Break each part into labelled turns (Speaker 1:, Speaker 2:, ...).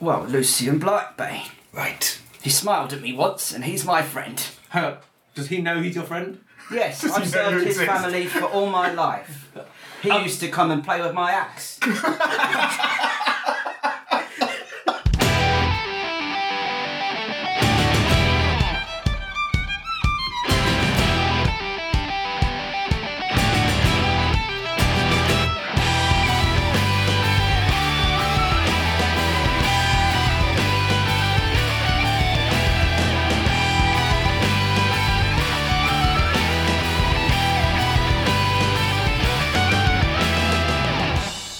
Speaker 1: Well, Lucian Blackbane.
Speaker 2: Right.
Speaker 1: He smiled at me once, and he's my friend.
Speaker 2: Hang on. Does he know he's your friend?
Speaker 1: Yes,
Speaker 2: Does he
Speaker 1: I've
Speaker 2: know
Speaker 1: served
Speaker 2: you
Speaker 1: his
Speaker 2: exist?
Speaker 1: family for all my life. He used to come and play with my axe.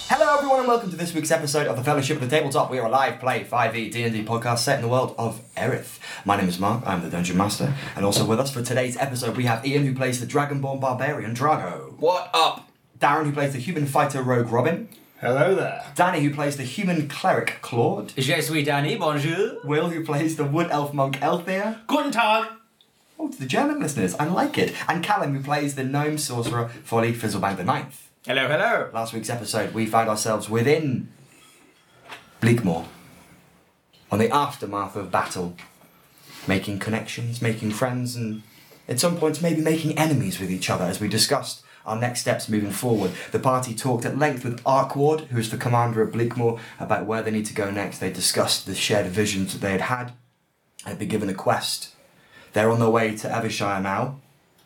Speaker 3: Hello, everyone, and welcome to this week's episode of the Fellowship of the Tabletop. We are a live play E 5e D&D podcast set in the world of Erith. My name is Mark. I'm the Dungeon Master, and also with us for today's episode we have Ian, who plays the Dragonborn Barbarian Drago.
Speaker 2: What up?
Speaker 3: Darren, who plays the Human Fighter Rogue Robin.
Speaker 2: Hello there.
Speaker 3: Danny, who plays the Human Cleric Claude.
Speaker 4: Je suis Danny, bonjour.
Speaker 3: Will, who plays the Wood Elf Monk Elthea.
Speaker 4: Guten Tag.
Speaker 3: Oh, to the German listeners, I like it. And Callum, who plays the Gnome Sorcerer Folly Fizzlebang the Ninth.
Speaker 2: Hello, hello.
Speaker 3: Last week's episode, we found ourselves within Bleakmore, on the aftermath of battle, making connections, making friends, and at some points maybe making enemies with each other as we discussed our next steps moving forward. The party talked at length with Arkward, who is the commander of Bleakmore, about where they need to go next. They discussed the shared visions that they had had and had been given a quest. They're on their way to Evershire now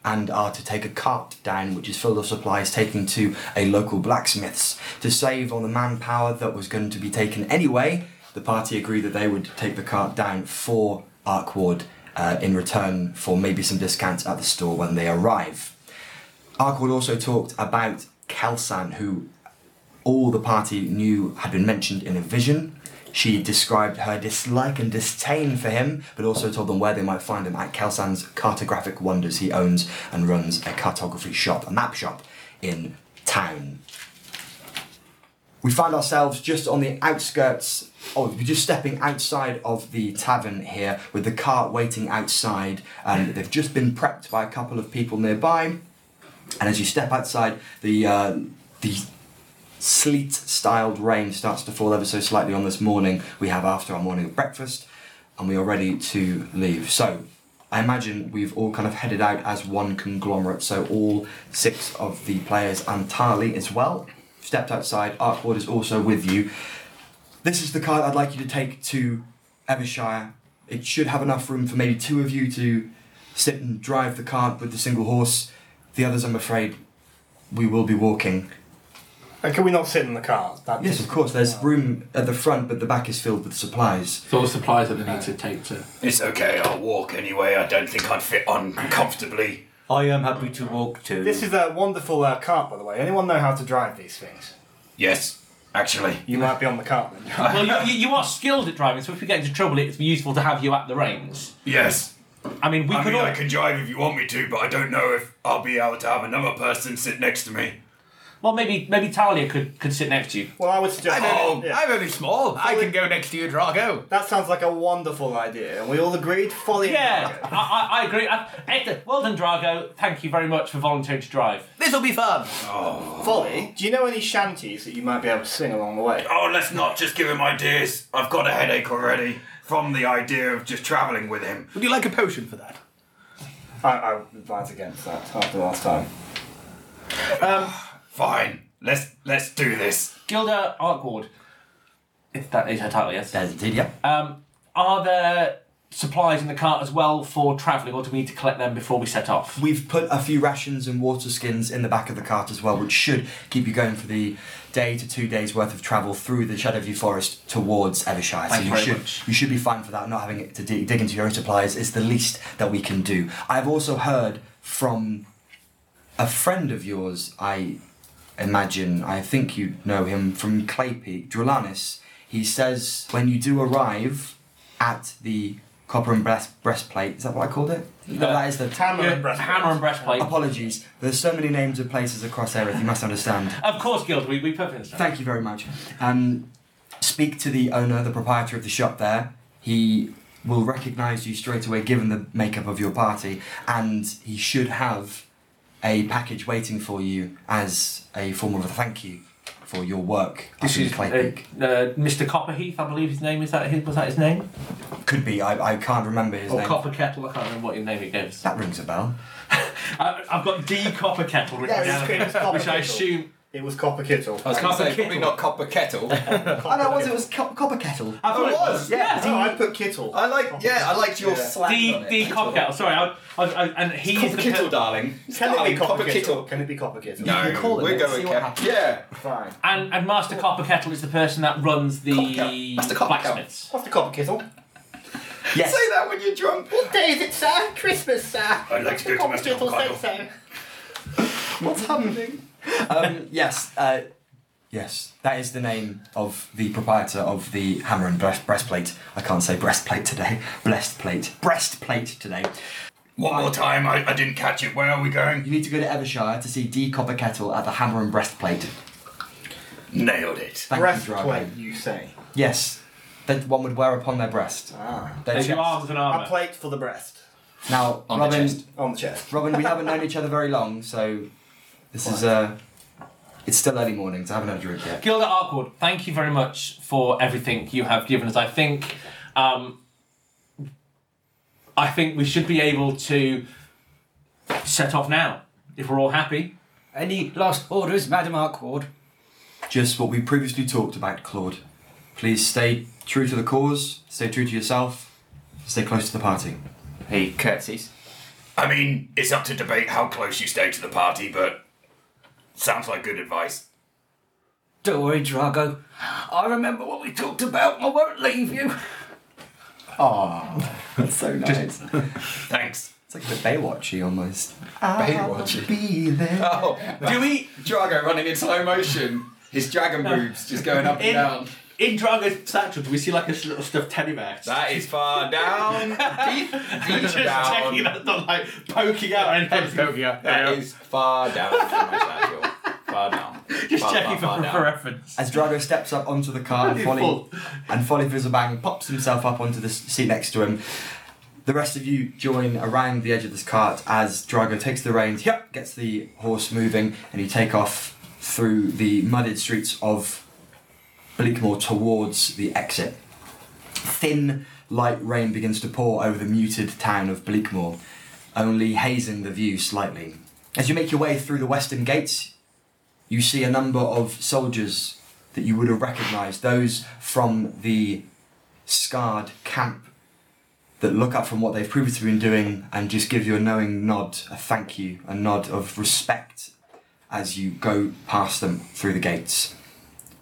Speaker 3: and are to take a cart down which is full of supplies taken to a local blacksmith's. To save on the manpower that was going to be taken anyway, the party agreed that they would take the cart down for Arkward uh, in return for maybe some discounts at the store when they arrive. Arkward also talked about Kelsan, who all the party knew had been mentioned in a vision. She described her dislike and disdain for him, but also told them where they might find him at Kelsan's Cartographic Wonders. He owns and runs a cartography shop, a map shop in town. We find ourselves just on the outskirts, oh, we're just stepping outside of the tavern here with the cart waiting outside, and they've just been prepped by a couple of people nearby. And as you step outside, the uh, the sleet styled rain starts to fall ever so slightly on this morning we have after our morning breakfast, and we are ready to leave. So, I imagine we've all kind of headed out as one conglomerate, so all six of the players and Tali as well stepped outside. Arkward is also with you. This is the card I'd like you to take to Evershire. It should have enough room for maybe two of you to sit and drive the cart with the single horse. The others, I'm afraid, we will be walking.
Speaker 5: And Uh, can we not sit in the cars? That
Speaker 3: Yes, of course, there's room at the front, but the back is filled with supplies.
Speaker 6: It's all the supplies that they need to take to.
Speaker 2: It's okay. I'll walk anyway. I don't think I'd fit on comfortably.
Speaker 4: I am happy to walk too.
Speaker 5: This is a wonderful uh, cart, by the way. Anyone know how to drive these things?
Speaker 2: Yes, actually.
Speaker 5: You might be on the cart then.
Speaker 7: Well, you, you, you are skilled at driving, so if we get into trouble, it'd be useful to have you at the reins.
Speaker 2: Yes.
Speaker 7: I mean, we
Speaker 2: I
Speaker 7: could
Speaker 2: mean,
Speaker 7: all.
Speaker 2: I can drive if you want me to, but I don't know if I'll be able to have another person sit next to me.
Speaker 7: Well, maybe maybe Talia could, could sit next to you.
Speaker 5: well, I would suggest. Yeah.
Speaker 6: only
Speaker 1: Oh,
Speaker 6: small. I can go next to you, Drago.
Speaker 5: That sounds like a wonderful idea, and we all agreed. Folly.
Speaker 7: Yeah, I, I, I agree. I, Ed, well done, Drago. Thank you very much for volunteering to drive.
Speaker 6: This will be fun.
Speaker 5: Folly. Do you know any shanties that you might be able to sing along the way?
Speaker 2: Oh, let's not just give him ideas. I've got a headache already from the idea of just travelling with him.
Speaker 6: Would you like a potion for that?
Speaker 5: I, I would advise against that after last time.
Speaker 2: Fine. Let's let's do this.
Speaker 7: Gilda Arkward. If that is her title, yes.
Speaker 3: There's indeed, yeah.
Speaker 7: Um, are there supplies in the cart as well for travelling, or do we need to collect them before we set off?
Speaker 3: We've put a few rations and water skins in the back of the cart as well, which should keep you going for the day to two days worth of travel through the Shadowview Forest towards Evershire.
Speaker 7: Thank you very
Speaker 3: should
Speaker 7: much.
Speaker 3: you should be fine for that. Not having it to dig, dig into your own supplies is the least that we can do. I've also heard from a friend of yours. I imagine I think you know him from Claypeak, Drulanis. He says when you do arrive at the Copper and breast, breastplate. Is that what I called it? No, that is the
Speaker 5: Hammer and breastplate.
Speaker 7: Hammer and breastplate.
Speaker 3: Apologies. There's so many names of places across Erith, you must understand.
Speaker 7: Of course, Gilda, we, we perfectly understand.
Speaker 3: Thank you very much. Um, speak to the owner, the proprietor of the shop there. He will recognise you straight away given the makeup of your party, and he should have a package waiting for you as a form of a thank you for your work
Speaker 7: This
Speaker 3: up in
Speaker 7: is uh,
Speaker 3: Claypeak.
Speaker 7: uh, Mr. Copperheath, I believe his name is that. His, was that his name?
Speaker 3: Could be. I, I can't remember his
Speaker 7: or
Speaker 3: name.
Speaker 7: Copper Kettle? I can't remember what his name he gives.
Speaker 3: That rings a bell.
Speaker 7: I, I've got D Copper Kettle written
Speaker 5: Yeah, it was-
Speaker 7: down,
Speaker 5: it was Copper
Speaker 7: which I
Speaker 5: Kettle.
Speaker 7: assume.
Speaker 5: It was Copper Kittle.
Speaker 2: Oh,
Speaker 8: I was going to
Speaker 7: Copper
Speaker 8: say, probably
Speaker 7: kettle.
Speaker 8: not copper kettle.
Speaker 3: Oh, no, it was. It was co- Copper Kettle.
Speaker 2: Uh,
Speaker 7: I thought
Speaker 8: it was,
Speaker 3: yeah.
Speaker 5: Oh, I put Kittle.
Speaker 8: I like, yeah, I liked your
Speaker 5: Yeah.
Speaker 8: slang
Speaker 7: D
Speaker 8: on it.
Speaker 7: D Copper Kettle. Sorry, I, I, I, and he is
Speaker 8: Copper
Speaker 7: the
Speaker 8: kettle,
Speaker 7: kettle.
Speaker 8: darling.
Speaker 5: Can it
Speaker 8: Darling,
Speaker 2: Oh,
Speaker 5: be Copper Kittle? Can it be Copper Kittle?
Speaker 8: No,
Speaker 3: can call it
Speaker 8: we're
Speaker 3: that,
Speaker 8: going
Speaker 3: see what
Speaker 8: cat-
Speaker 3: happens.
Speaker 8: Yeah.
Speaker 5: Fine.
Speaker 7: And and Master Copper Kettle is the person that runs the
Speaker 8: Copper Kettle. Master Copper Kettle.
Speaker 7: blacksmiths.
Speaker 5: What's the Copper Kittle?
Speaker 3: Yes.
Speaker 8: Say that when you're drunk.
Speaker 5: What day is it, sir? Christmas, sir.
Speaker 2: I'd like to go to
Speaker 5: Copper
Speaker 2: Master
Speaker 5: Kittle
Speaker 2: Copper
Speaker 5: said
Speaker 3: What's happening? um, yes, uh, yes, that is the name of the proprietor of the hammer and breast, breastplate. I can't say breastplate today. Breastplate, breastplate today.
Speaker 2: One more time, I, I didn't catch it. Where are we
Speaker 3: You
Speaker 2: going?
Speaker 3: need to go to Evershire to see D Copper Kettle at the hammer and breastplate.
Speaker 2: Nailed it.
Speaker 5: so.
Speaker 3: Thank you,
Speaker 5: Breastplate,
Speaker 3: Drago.
Speaker 5: you say.
Speaker 3: Yes, that one would wear upon their breast.
Speaker 5: Ah.
Speaker 3: Their
Speaker 7: They do
Speaker 3: chest.
Speaker 7: arms and
Speaker 5: A
Speaker 7: armour.
Speaker 5: plate for the breast.
Speaker 3: Now,
Speaker 8: On the
Speaker 3: Robin,
Speaker 8: chest.
Speaker 5: On the chest.
Speaker 3: Robin, we haven't known each other very long, so this is uh, it's still early morning, so I haven't had a drink yet.
Speaker 7: Gilda Arkwood, thank you very much for everything you have given us. I think, um, I think we should be able to set off now if we're all happy.
Speaker 1: Any last orders, Madam Arkwood?
Speaker 3: Just what we previously talked about, Claude. Please stay true to the cause, stay true to yourself, stay close to the party.
Speaker 8: He curtsies.
Speaker 2: I mean, it's up to debate how close you stay to the party, but sounds like good advice.
Speaker 1: Don't worry, Drago. I remember what we talked about. and I won't leave you.
Speaker 3: That's so nice.
Speaker 2: Thanks.
Speaker 3: it's like a bit Baywatchy almost.
Speaker 8: Baywatch.
Speaker 3: Be there.
Speaker 8: Oh,
Speaker 7: Do we
Speaker 8: Drago running in slow motion. His dragon boobs just going up and
Speaker 7: In-
Speaker 8: down.
Speaker 7: in Drago's satchel? Do we see like a little stuffed teddy bear?
Speaker 8: That is far down. Deep, deep
Speaker 7: just checking
Speaker 8: down.
Speaker 7: that's not like poking out or anything.
Speaker 8: That is far down from my satchel. Far down.
Speaker 7: Just
Speaker 8: far,
Speaker 7: checking
Speaker 8: far, far
Speaker 7: for,
Speaker 8: down.
Speaker 7: for reference.
Speaker 3: As Drago steps up onto the car and Folly,
Speaker 7: Full.
Speaker 3: and Folly Fizzlebang pops himself up onto the s- seat next to him, the rest of you join around the edge of this cart as Drago takes the reins, yep, gets the horse moving, and you take off through the mudded streets of Bleakmore towards the exit. Thin, light rain begins to pour over the muted town of Bleakmore, only hazing the view slightly. As you make your way through the western gates, you see a number of soldiers that you would have recognised, those from the scarred camp that look up from what they've previously been doing and just give you a knowing nod, a thank you, a nod of respect as you go past them through the gates.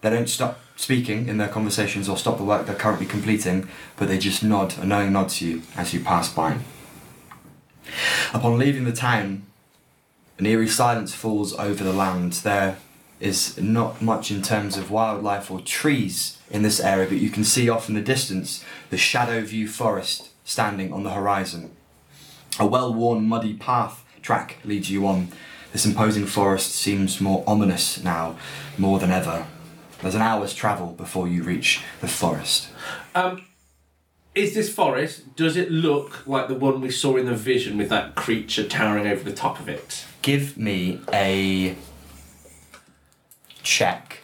Speaker 3: They don't stop speaking in their conversations or stop the work they're currently completing, but they just nod, a knowing nod to you as you pass by. Upon leaving the town, an eerie silence falls over the land. There is not much in terms of wildlife or trees in this area, but you can see off in the distance the Shadow View Forest standing on the horizon. A well worn muddy path track leads you on. This imposing forest seems more ominous now, more than ever. There's an hour's travel before you reach the forest.
Speaker 7: Um, is this forest? Does it look like the one we saw in the vision with that creature towering over the top of it?
Speaker 3: Give me a check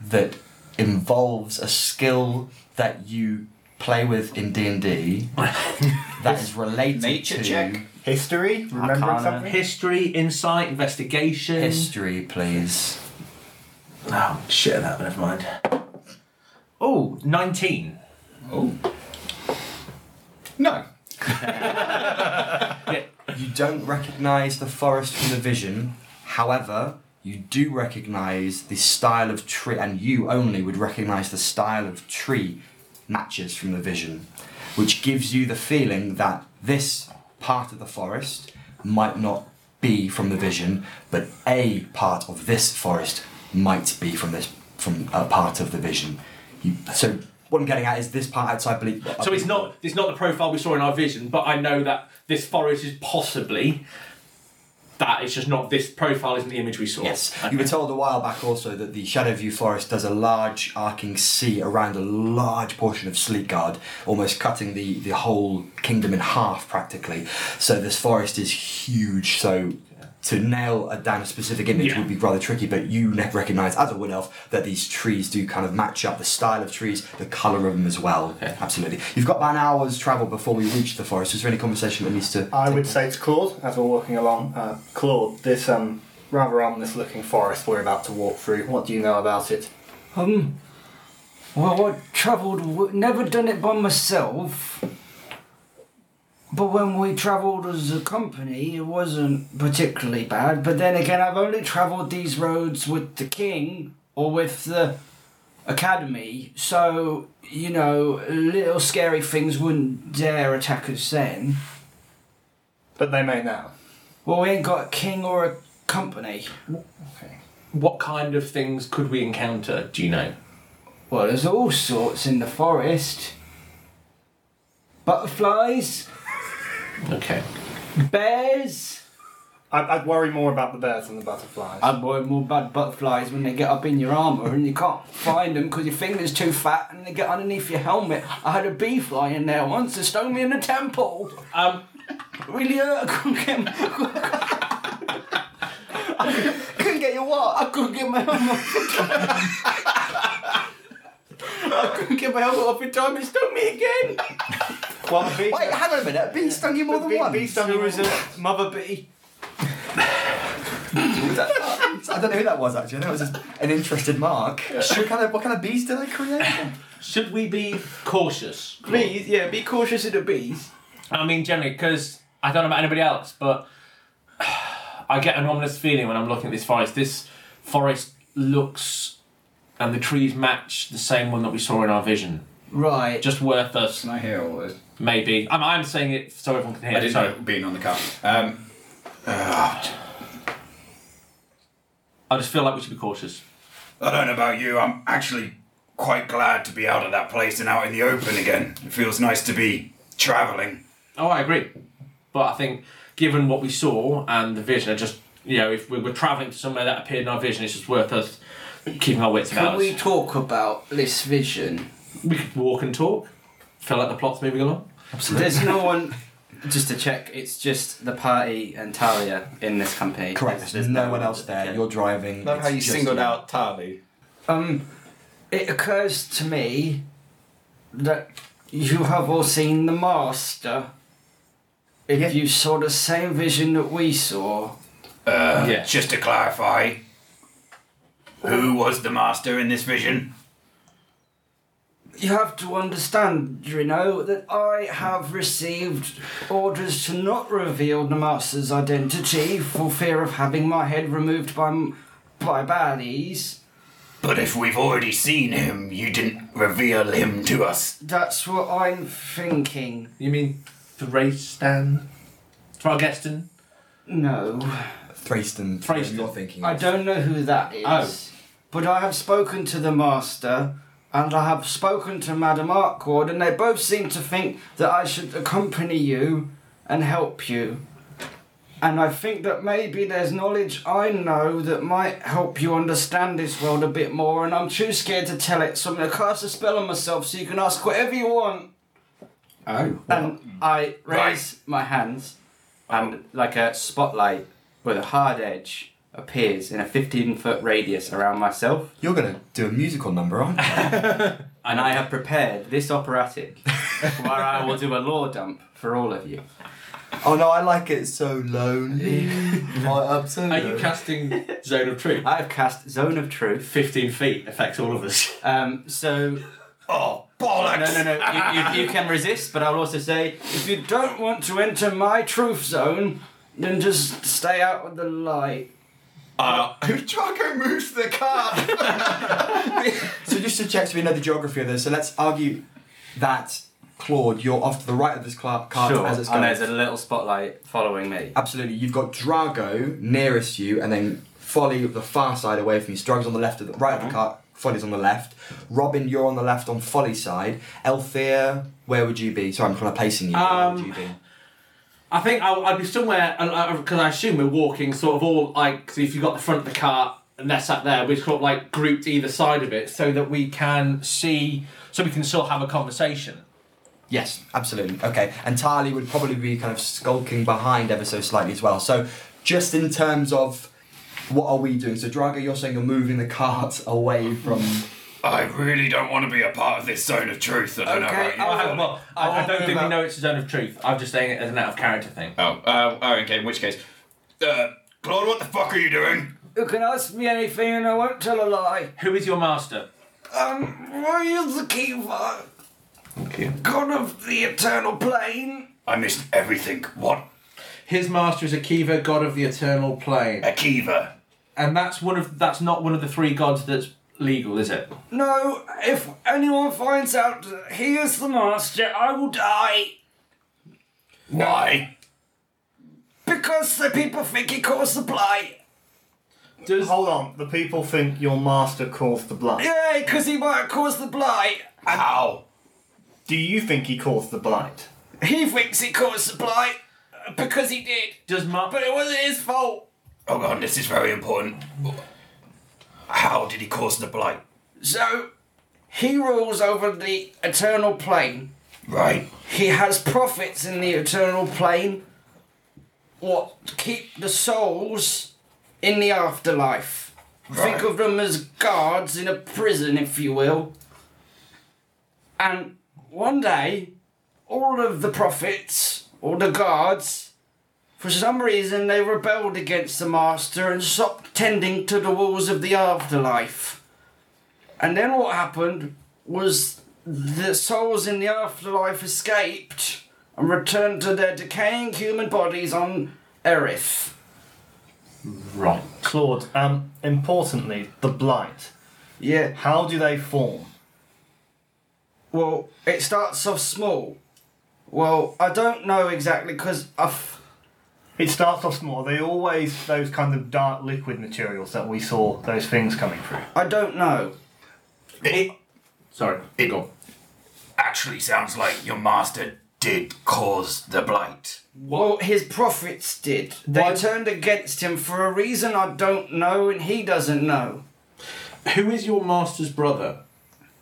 Speaker 3: that involves a skill that you play with in D&D that is related
Speaker 8: Nature
Speaker 3: to
Speaker 8: check.
Speaker 5: History? Remembering
Speaker 4: Arcana.
Speaker 5: something?
Speaker 7: History, insight, investigation.
Speaker 3: history, please.
Speaker 7: Oh, shit, that, never mind. Oh, 19.
Speaker 8: No.
Speaker 3: You don't recognise the forest from the vision. However, you do recognise the style of tree, and you only would recognise the style of tree matches from the vision, which gives you the feeling that this part of the forest might not be from the vision, but a part of this forest might be from this from a part of the vision. You, so what I'm getting at is this part outside. Ble-
Speaker 7: So it's not it's not the profile we saw in our vision, but I know that this forest is possibly that. It's just not this profile isn't the image we saw.
Speaker 3: Yes.
Speaker 7: Okay.
Speaker 3: You were told a while back also that the Shadowview Forest does a large arcing sea around a large portion of Sleekguard, almost cutting the, the whole kingdom in half practically. So this forest is huge, so to nail a, down a specific image
Speaker 7: Yeah.
Speaker 3: would be rather tricky, but you recognize, as a wood elf, that these trees do kind of match up the style of trees, the color of them as well. Absolutely. You've got about an hour's travel before we reach the forest. Is there any conversation that needs to.
Speaker 5: I
Speaker 3: take
Speaker 5: would
Speaker 3: place?
Speaker 5: say to Claude, as we're walking along, uh, Claude, this um, rather ominous looking forest we're about to walk through, what do you know about it?
Speaker 1: Um, well, I travelled, w- never done it by myself. But when we travelled as a company, it wasn't particularly bad. But then again, I've only travelled these roads with the king or with the academy, so you know, little scary things wouldn't dare attack us then.
Speaker 5: But they may now.
Speaker 1: Well, we ain't got a king or a company.
Speaker 7: What kind of things could we encounter? Do you know?
Speaker 1: Well, there's all sorts in the forest. Butterflies,
Speaker 7: Okay.
Speaker 1: bears.
Speaker 5: I'd, I'd worry more about the bears than the butterflies.
Speaker 1: I'd worry more about butterflies when they get up in your armour and you can't find them because your finger's too fat and they get underneath your helmet. I had a bee fly in there once that stung me in the temple.
Speaker 7: Um,
Speaker 1: Really hurt. I couldn't get,
Speaker 5: couldn't get your what?
Speaker 1: I couldn't get my helmet.
Speaker 6: Couldn't get my helmet off in time. It stung me again.
Speaker 5: Well, the bee,
Speaker 3: Wait, hang on a minute. Bee stung you more than
Speaker 5: bee,
Speaker 3: once.
Speaker 5: bee stung you as a mother bee.
Speaker 3: Was that- uh, I don't know who that was actually. I know it was just an interested mark. What kind of what kind of bees did I create?
Speaker 7: should we be cautious?
Speaker 6: Bees, yeah, be cautious of the bees.
Speaker 7: I mean, generally, because I don't know about anybody else, but I get an ominous feeling when I'm looking at this forest. This forest looks, and the trees match the same one that we saw in our vision.
Speaker 1: Right.
Speaker 7: Just worth us,
Speaker 8: Can I hear all this?
Speaker 7: maybe. I'm, I'm saying it so everyone can hear.
Speaker 8: I didn't
Speaker 7: Sorry.
Speaker 8: know it was being on the cup.
Speaker 2: Uh,
Speaker 8: Um,
Speaker 7: I just feel like we should be cautious.
Speaker 2: I don't know about you, I'm actually quite glad to be out of that place and out in the open again. It feels nice to be travelling.
Speaker 7: Oh, I agree. But I think, given what we saw and the vision, I just you know, if we were traveling to somewhere that appeared in our vision, it's just worth us keeping our wits about
Speaker 1: Can
Speaker 7: us.
Speaker 1: we
Speaker 7: We...
Speaker 1: talk about this vision?
Speaker 7: could walk and talk. Feel like the plot's moving along.
Speaker 9: There's no one. Just to check, it's just the party and Talia in this company.
Speaker 3: Correct. There's no one else there.
Speaker 9: Okay.
Speaker 3: You're driving.
Speaker 8: love how
Speaker 3: it's
Speaker 8: you
Speaker 3: just
Speaker 8: singled out Tali.
Speaker 1: Um, it occurs to me that you have all seen the master. If
Speaker 3: Yeah.
Speaker 1: you saw the same vision that we saw,
Speaker 2: Uh,
Speaker 7: Yeah.
Speaker 2: Just to clarify, who was the master in this vision?
Speaker 1: you have to understand, you know, that I have received orders to not reveal the master's identity for fear of having my head removed by m- by baddies.
Speaker 2: But if we've already seen him, you didn't reveal him to us.
Speaker 1: That's what I'm thinking.
Speaker 7: You mean the race
Speaker 5: Um,
Speaker 7: stand? Thargeston?
Speaker 1: No,
Speaker 3: Thraston.
Speaker 7: Thraston.
Speaker 3: You're thinking.
Speaker 1: I
Speaker 3: of.
Speaker 1: don't know who that is. But I have spoken to the master, and I have spoken to Madame Arkwood, and they both seem to think that I should accompany you and help you. And I think that maybe there's knowledge I know that might help you understand this world a bit more, and I'm too scared to tell it, so I'm gonna cast a spell on myself so you can ask whatever you want.
Speaker 9: Oh.
Speaker 1: And I raise my hands.
Speaker 9: And like a spotlight with a hard edge appears in a 15 foot radius around myself.
Speaker 3: You're gonna do a musical number, aren't you?
Speaker 9: And I have prepared this operatic where I will do a law dump for all of you.
Speaker 3: oh no, I like it so lonely. My up so
Speaker 7: Are you
Speaker 3: lonely.
Speaker 7: casting Zone of Truth?
Speaker 9: I have cast Zone of Truth.
Speaker 7: 15 feet affects all of us.
Speaker 9: Um, so
Speaker 2: Oh, bollocks!
Speaker 9: No, no, no. You, you, you can resist, but I'll also say
Speaker 1: If you don't want to enter my truth zone, then just stay out of the light.
Speaker 8: Uh, Drago moves the car.
Speaker 3: So just to check, so we know the geography of this. So let's argue that Claude, you're off to the right of this cla- cart
Speaker 9: sure,
Speaker 3: as it's
Speaker 9: and
Speaker 3: going.
Speaker 9: there's a little spotlight following me.
Speaker 3: Absolutely. You've got Drago nearest you, and then Folly the far side away from you. So Drago's on the left of the right of the cart. Folly's on the left. Robin, you're on the left on Folly's side. Althea, where would you be? Sorry, I'm kind of placing you. where would
Speaker 7: Um,
Speaker 3: you be?
Speaker 7: I think I, I'd be somewhere, because I assume we're walking sort of all like, so if you've got the front of the cart and they're sat there, we're sort of like grouped either side of it so that we can see, so we can still have a conversation.
Speaker 3: Yes, absolutely. Okay, and Tali would probably be kind of skulking behind ever so slightly as well. So just in terms of what are we doing? So, Drago, you're saying you're moving the cart away from.
Speaker 2: I really don't want to be a part of this zone of truth. I don't
Speaker 1: Okay,
Speaker 2: know
Speaker 1: I'll-
Speaker 2: about
Speaker 7: I, well, I, I
Speaker 1: I'll
Speaker 7: don't
Speaker 1: move
Speaker 7: think we
Speaker 1: out.
Speaker 7: know it's a zone of truth. I'm just saying it as an out of character thing.
Speaker 2: you. Oh, uh, oh, okay. In which case, uh, Claude, what the fuck are you doing?
Speaker 1: You can ask me anything and I won't tell a lie.
Speaker 7: Who is your master?
Speaker 1: Um, Royal the Keeper, God of the Eternal Plane.
Speaker 2: I missed everything. What?
Speaker 6: His master is Akiva, god of the eternal plane.
Speaker 2: Akiva.
Speaker 7: And that's one of that's not one of the three gods that's legal, is it?
Speaker 1: No, if anyone finds out that he is the master, I will die.
Speaker 2: Why?
Speaker 1: Because the people think he caused the blight.
Speaker 7: Does
Speaker 5: Hold on, the people think your master caused the blight.
Speaker 1: Yeah, because he might have caused the blight.
Speaker 2: How?
Speaker 5: Do you think he caused the blight?
Speaker 1: He thinks he caused the blight uh, because he did.
Speaker 7: does Ma-
Speaker 1: But it wasn't his fault.
Speaker 2: Oh god, this is very important. How did he cause the blight?
Speaker 1: So, he rules over the Eternal Plane.
Speaker 2: Right.
Speaker 1: He has prophets in the eternal plane. What keep the souls in the afterlife? Think
Speaker 2: Right.
Speaker 1: of them as guards in a prison, if you will. And one day, all of the prophets, all the guards, for some reason they rebelled against the master and stopped tending to the walls of the afterlife. And then what happened was the souls in the afterlife escaped and returned to their decaying human bodies on Erith.
Speaker 7: right?
Speaker 5: Claude, um, importantly, the blight.
Speaker 1: Yeah.
Speaker 5: How do they form?
Speaker 1: Well, it starts off small. Well, I don't know exactly because I. F-
Speaker 5: It starts off small. Are they always those kind of dark liquid materials that we saw those things coming through?
Speaker 1: I don't know.
Speaker 2: It
Speaker 7: Sorry,
Speaker 2: It-
Speaker 7: go. on.
Speaker 2: actually sounds like your master did cause the blight.
Speaker 1: Well, his prophets did. They
Speaker 6: Why-
Speaker 1: turned against him for a reason I don't know and he doesn't know.
Speaker 6: Who is your master's brother?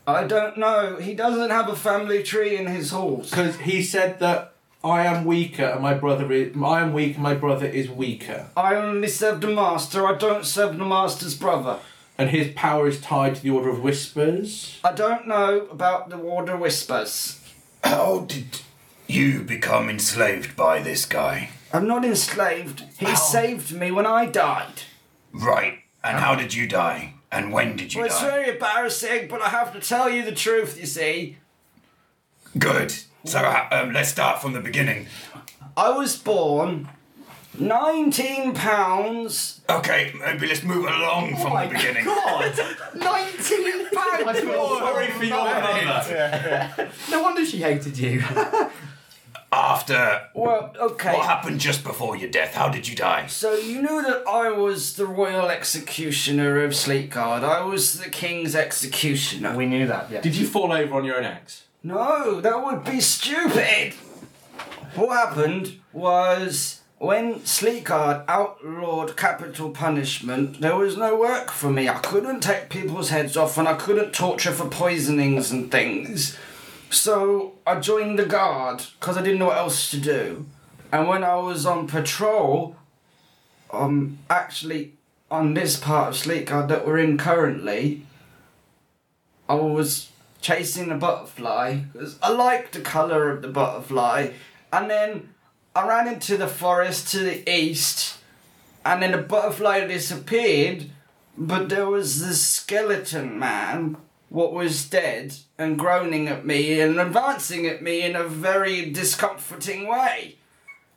Speaker 1: I don't know. He doesn't have a family tree in his halls.
Speaker 6: Because he said that I am weaker and my brother is. I am weak and my brother is weaker.
Speaker 1: I only serve the master. I don't serve the master's brother.
Speaker 6: And his power is tied to the Order of Whispers.
Speaker 1: I don't know about the Order Whispers.
Speaker 2: How did you become enslaved by this guy?
Speaker 1: I'm not enslaved. He
Speaker 2: Oh.
Speaker 1: saved me when I died.
Speaker 2: Right. And how did you die? And when did you
Speaker 1: Well, it's
Speaker 2: die?
Speaker 1: very embarrassing, but I have to tell you the truth, you see.
Speaker 2: Good. So ha- um, let's start from the beginning.
Speaker 1: I was born 19 pounds.
Speaker 2: Okay, maybe let's move along
Speaker 3: Oh
Speaker 2: from the beginning.
Speaker 3: Nineteen pounds.
Speaker 7: Oh, Sorry for your mother.
Speaker 3: No wonder she hated you.
Speaker 2: After
Speaker 1: Well, okay.
Speaker 2: what happened just before your death, how did you die?
Speaker 1: So you knew that I was the royal executioner of Sleekguard. I was the king's executioner.
Speaker 5: We knew that, yeah.
Speaker 7: Did you fall over on your own axe?
Speaker 1: No, that would be stupid. What happened was when Sleekard outlawed capital punishment, there was no work for me. I couldn't take people's heads off and I couldn't torture for poisonings and things. So I joined the guard because I didn't know what else to do. And when I was on patrol, um, actually on this part of Sleekard that we're in currently, I was chasing the butterfly 'cause I liked the colour of the butterfly. And then I ran into the forest to the east, and then the butterfly disappeared. But there was this skeleton man, what was dead, and groaning at me and advancing at me in a very discomforting way.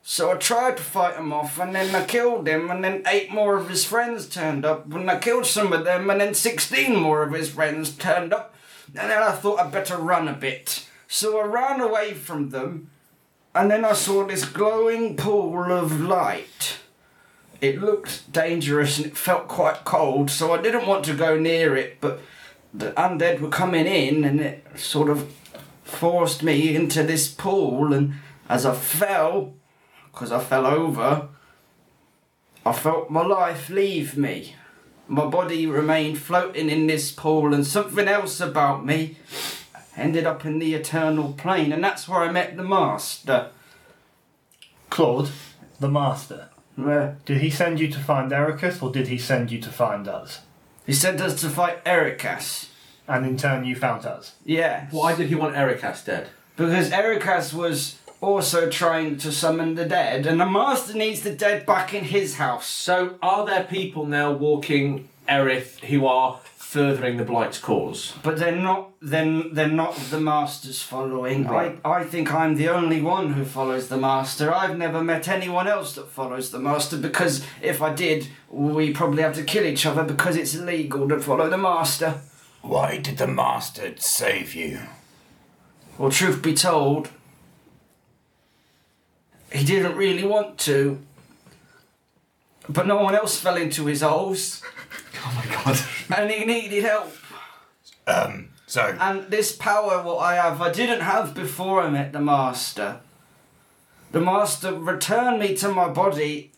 Speaker 1: So I tried to fight him off, and then I killed him, and then eight more of his friends turned up, and I killed some of them, and then 16 more of his friends turned up, and then I thought I'd better run a bit. So I ran away from them, and then I saw this glowing pool of light. It looked dangerous and it felt quite cold, so I didn't want to go near it, but the undead were coming in, and it sort of forced me into this pool, and as I fell, because I fell over, I felt my life leave me. My body remained floating in this pool, and something else about me ended up in the eternal plane, and that's where I met the master.
Speaker 5: Claude, the master.
Speaker 1: Yeah.
Speaker 5: Did he send you to find Ericus or did he send you to find us?
Speaker 1: He sent us to fight Ericas.
Speaker 5: And in turn, you found us.
Speaker 1: Yeah.
Speaker 6: Why did he want Ericas dead?
Speaker 1: Because Ericas was also trying to summon the dead, and the master needs the dead back in his house.
Speaker 7: So, are there people now walking Erith who are furthering the Blight's cause?
Speaker 1: But they're not. Then they're, not the master's following. I, I think I'm the only one who follows the master. I've never met anyone else that follows the master because if I did, we probably have to kill each other because it's illegal to follow the master.
Speaker 2: Why did the master save you?
Speaker 1: Well, truth be told, he didn't really want to. But no one else fell into his holes. Oh my god. And he needed help.
Speaker 2: Um, so
Speaker 1: And this power, what I have, I didn't have before I met the Master. The Master returned me to my body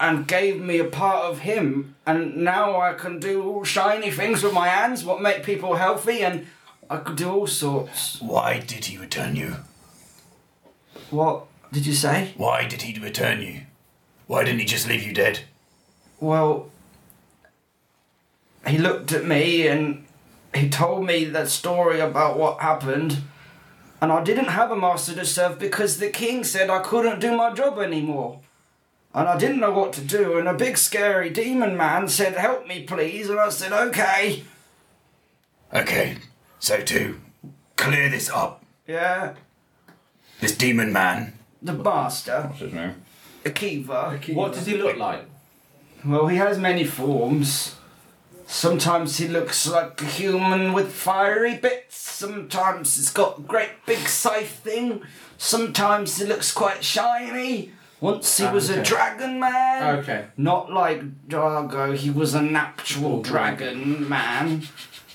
Speaker 1: and gave me a part of him, and now I can do all shiny things with my hands, what make people healthy, and I could do all sorts.
Speaker 2: why did he return you?
Speaker 1: What did you say?
Speaker 2: Why did he return you? Why didn't he just leave you dead?
Speaker 1: Well, he looked at me and he told me that story about what happened. And I didn't have a master to serve because the king said I couldn't do my job anymore. And I didn't know what to do. And a big scary demon man said, Help me, please. And I said, Okay.
Speaker 2: Okay, so to clear this up,
Speaker 1: Yeah.
Speaker 2: this demon man.
Speaker 1: The master,
Speaker 8: What's his name?
Speaker 1: Akiva.
Speaker 7: What does he look like?
Speaker 1: Well, he has many forms. Sometimes he looks like a human with fiery bits. Sometimes he's got a great big scythe thing. Sometimes he looks quite shiny. Once he was a
Speaker 6: Ah, okay. Ah,
Speaker 1: dragon man.
Speaker 6: Okay.
Speaker 1: Not like Drago, he was a natural dragon man.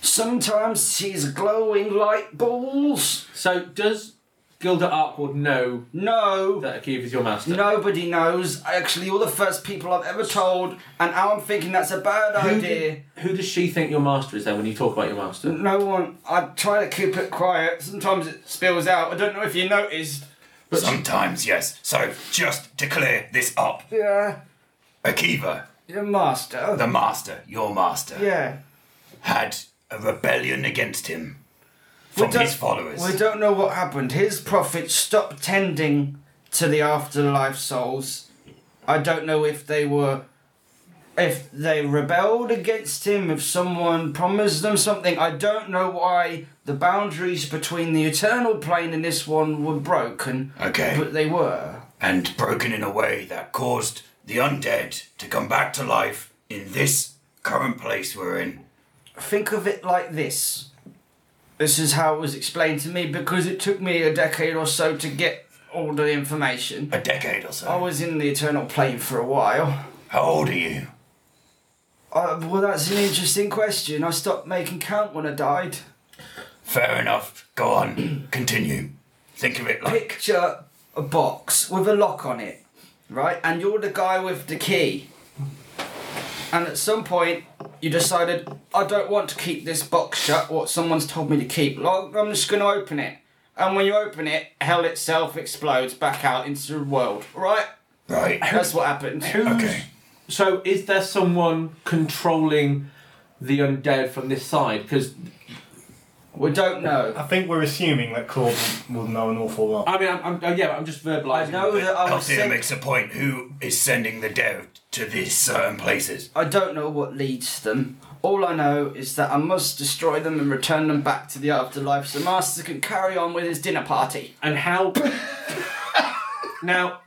Speaker 1: Sometimes he's glowing light balls.
Speaker 7: So, does Gilda Arkwood know
Speaker 1: No.
Speaker 7: that Akiva is your master?
Speaker 1: Nobody knows. Actually, you're the first people I've ever told, and now I'm thinking that's a bad
Speaker 7: Who,
Speaker 1: idea.
Speaker 7: do- who does she think your master is then when you talk about your master?
Speaker 1: No one. I try to keep it quiet. Sometimes it spills out. I don't know if you noticed.
Speaker 2: Sometimes, yes. So just to clear this up,
Speaker 1: Yeah,
Speaker 2: Akiva,
Speaker 1: your master.
Speaker 2: the master, your master,
Speaker 1: yeah.
Speaker 2: had a rebellion against him
Speaker 1: We
Speaker 2: from
Speaker 1: don't-
Speaker 2: his followers.
Speaker 1: We don't know what happened. His prophet stopped tending to the afterlife souls. I don't know if they were. If they rebelled against him, if someone promised them something, I don't know why the boundaries between the eternal plane and this one were broken,
Speaker 2: Okay.
Speaker 1: but they were.
Speaker 2: and broken in a way that caused the undead to come back to life in this current place we're in.
Speaker 1: think of it like this. This is how it was explained to me because it took me a decade or so to get all the information.
Speaker 2: A decade or
Speaker 1: I
Speaker 2: so.
Speaker 1: was in the Eternal Plane for a while.
Speaker 2: How old are you?
Speaker 1: Uh, well, that's an interesting question. I stopped making count when I died.
Speaker 2: Fair enough. Go on. Continue. Think of it like
Speaker 1: Picture a box with a lock on it, right? And you're the guy with the key. And at some point, you decided, I don't want to keep this box shut, what someone's told me to keep. Like, I'm just going to open it. And when you open it, hell itself explodes back out into the world, right?
Speaker 2: right.
Speaker 1: That's what happened.
Speaker 2: Okay.
Speaker 7: So, is there someone controlling the undead from this side? Because
Speaker 1: We don't know.
Speaker 5: I think we're assuming that Claude will know an awful lot.
Speaker 7: I mean, I'm, I'm yeah, but I'm just verbalising.
Speaker 1: I know that I was
Speaker 2: Althea
Speaker 1: sent
Speaker 2: makes a point. Who is sending the dev to these certain places?
Speaker 1: I don't know what leads them. All I know is that I must destroy them and return them back to the afterlife so Master can carry on with his dinner party.
Speaker 7: And how? now,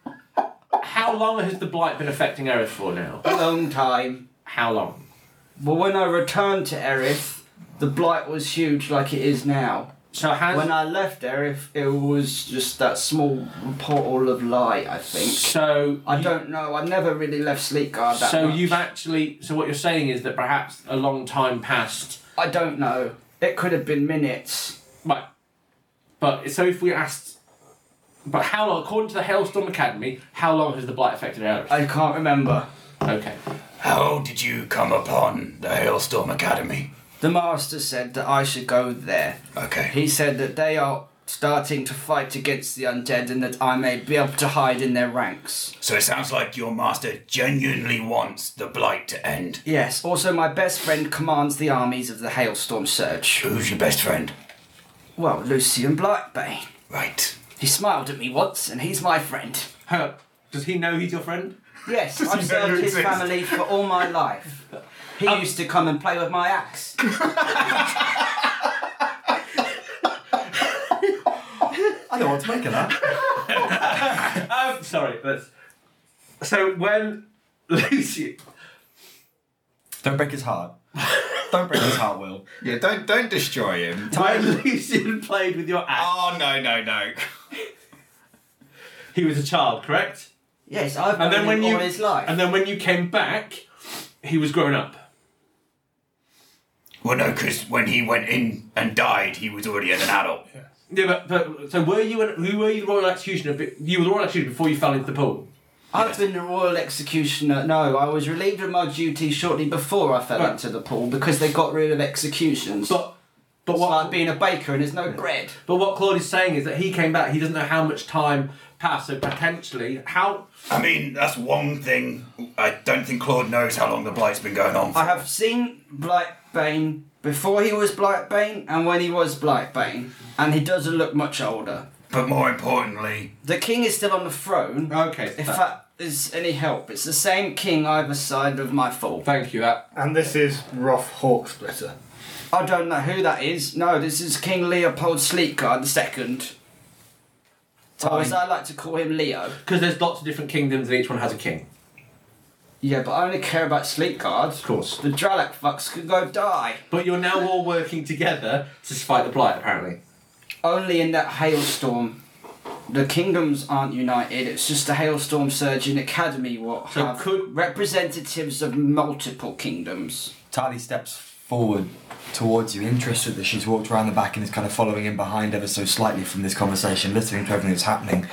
Speaker 7: how long has the blight been affecting Erith for now?
Speaker 1: A long time.
Speaker 7: How long?
Speaker 1: But when I returned to Erith, the blight was huge like it is now.
Speaker 7: So has
Speaker 1: When I left Erith, it was just that small portal of light, I think.
Speaker 7: so
Speaker 1: I
Speaker 7: you-
Speaker 1: don't know. I never really left Sleep Guard that
Speaker 7: So
Speaker 1: much.
Speaker 7: you've actually so what you're saying is that perhaps a long time passed.
Speaker 1: I don't know. It could have been minutes.
Speaker 7: Right. But so if we asked, but how long? According to the Hailstorm Academy, how long has the blight affected Erith?
Speaker 1: I can't remember.
Speaker 7: Okay.
Speaker 2: How did you come upon the Hailstorm Academy?
Speaker 1: The Master said that I should go there.
Speaker 2: Okay.
Speaker 1: He said that they are starting to fight against the undead and that I may be able to hide in their ranks.
Speaker 2: So it sounds like your master genuinely wants the blight to end.
Speaker 1: Yes, also my best friend commands the armies of the Hailstorm Surge.
Speaker 2: Who's your best friend?
Speaker 1: Well, Lucian Blightbane.
Speaker 2: Right.
Speaker 1: He smiled at me once and he's my friend.
Speaker 7: Hang on. Does he know he's your friend?
Speaker 1: Yes, I've
Speaker 2: know you
Speaker 1: served his
Speaker 2: exist?
Speaker 1: family for all my life. He
Speaker 7: Um,
Speaker 1: used to come and play with my axe.
Speaker 3: I don't want to make of that.
Speaker 7: Um, sorry. That's... So when Lucian,
Speaker 3: Don't break his heart. Don't break his heart, Will.
Speaker 8: Yeah, don't don't destroy him.
Speaker 7: when Lucian played with your axe,
Speaker 8: Oh no no no.
Speaker 7: he was a child, correct?
Speaker 1: Yes, I've known
Speaker 7: And then when
Speaker 1: him
Speaker 7: you
Speaker 1: all his life.
Speaker 7: and then when you came back, he was grown up.
Speaker 2: Well, no, because when he went in and died, he was already an adult.
Speaker 7: Yeah, but, but so were you? An, who were you the royal executioner? be- You were the royal executioner before you fell into the pool.
Speaker 1: I've been the royal executioner. No, I was relieved of my duty shortly before I fell
Speaker 7: Right.
Speaker 1: into the pool because they got rid of executions.
Speaker 7: But but
Speaker 1: it's
Speaker 7: what?
Speaker 1: like being a baker and there's no bread.
Speaker 7: But what Claude is saying is that he came back. He doesn't know how much time passed. So potentially, how?
Speaker 2: I mean, that's one thing. I don't think Claude knows how long the blight's been going on for.
Speaker 1: I have seen Blightbane before he was Blightbane and when he was Blightbane, and he doesn't look much older.
Speaker 2: But more importantly,
Speaker 1: The king is still on the throne.
Speaker 7: Okay.
Speaker 1: If
Speaker 7: tha-
Speaker 1: that is any help, it's the same king either side of my fall.
Speaker 7: thank you. That
Speaker 5: And this is Rough Hawk Splitter.
Speaker 1: I don't know who that is. No, this is King Leopold Sleekguard the second. Or as I like to call him Leo.
Speaker 7: because there's lots of different kingdoms and each one has a king.
Speaker 1: Yeah, but I only care about Sleekguard. Of
Speaker 7: course.
Speaker 1: The Dralak fucks could go die.
Speaker 7: But you're now all working together to fight the blight. Apparently,
Speaker 1: Only in that hailstorm. The kingdoms aren't united, it's just the Hailstorm Surgeon Academy what
Speaker 7: So
Speaker 1: have
Speaker 7: could-
Speaker 1: representatives of multiple kingdoms.
Speaker 3: Tali steps forward towards you, interested that she's walked around the back and is kind of following in behind ever so slightly from this conversation, listening to everything that's happening.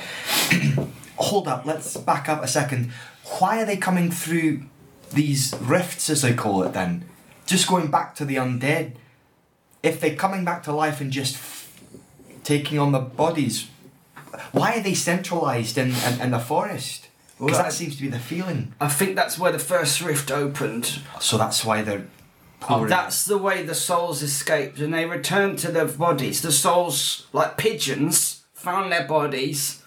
Speaker 3: Hold up, let's back up a second. Why are they coming through these rifts, as they call it then? Just going back to the undead? If they're coming back to life and just f- taking on the bodies, why are they centralised in, in, in the forest? Because that seems to be the feeling.
Speaker 1: I think that's where the first rift opened.
Speaker 3: So that's why they're. pouring-
Speaker 1: Oh, That's the way the souls escaped, and they returned to their bodies. The souls, like pigeons, found their bodies,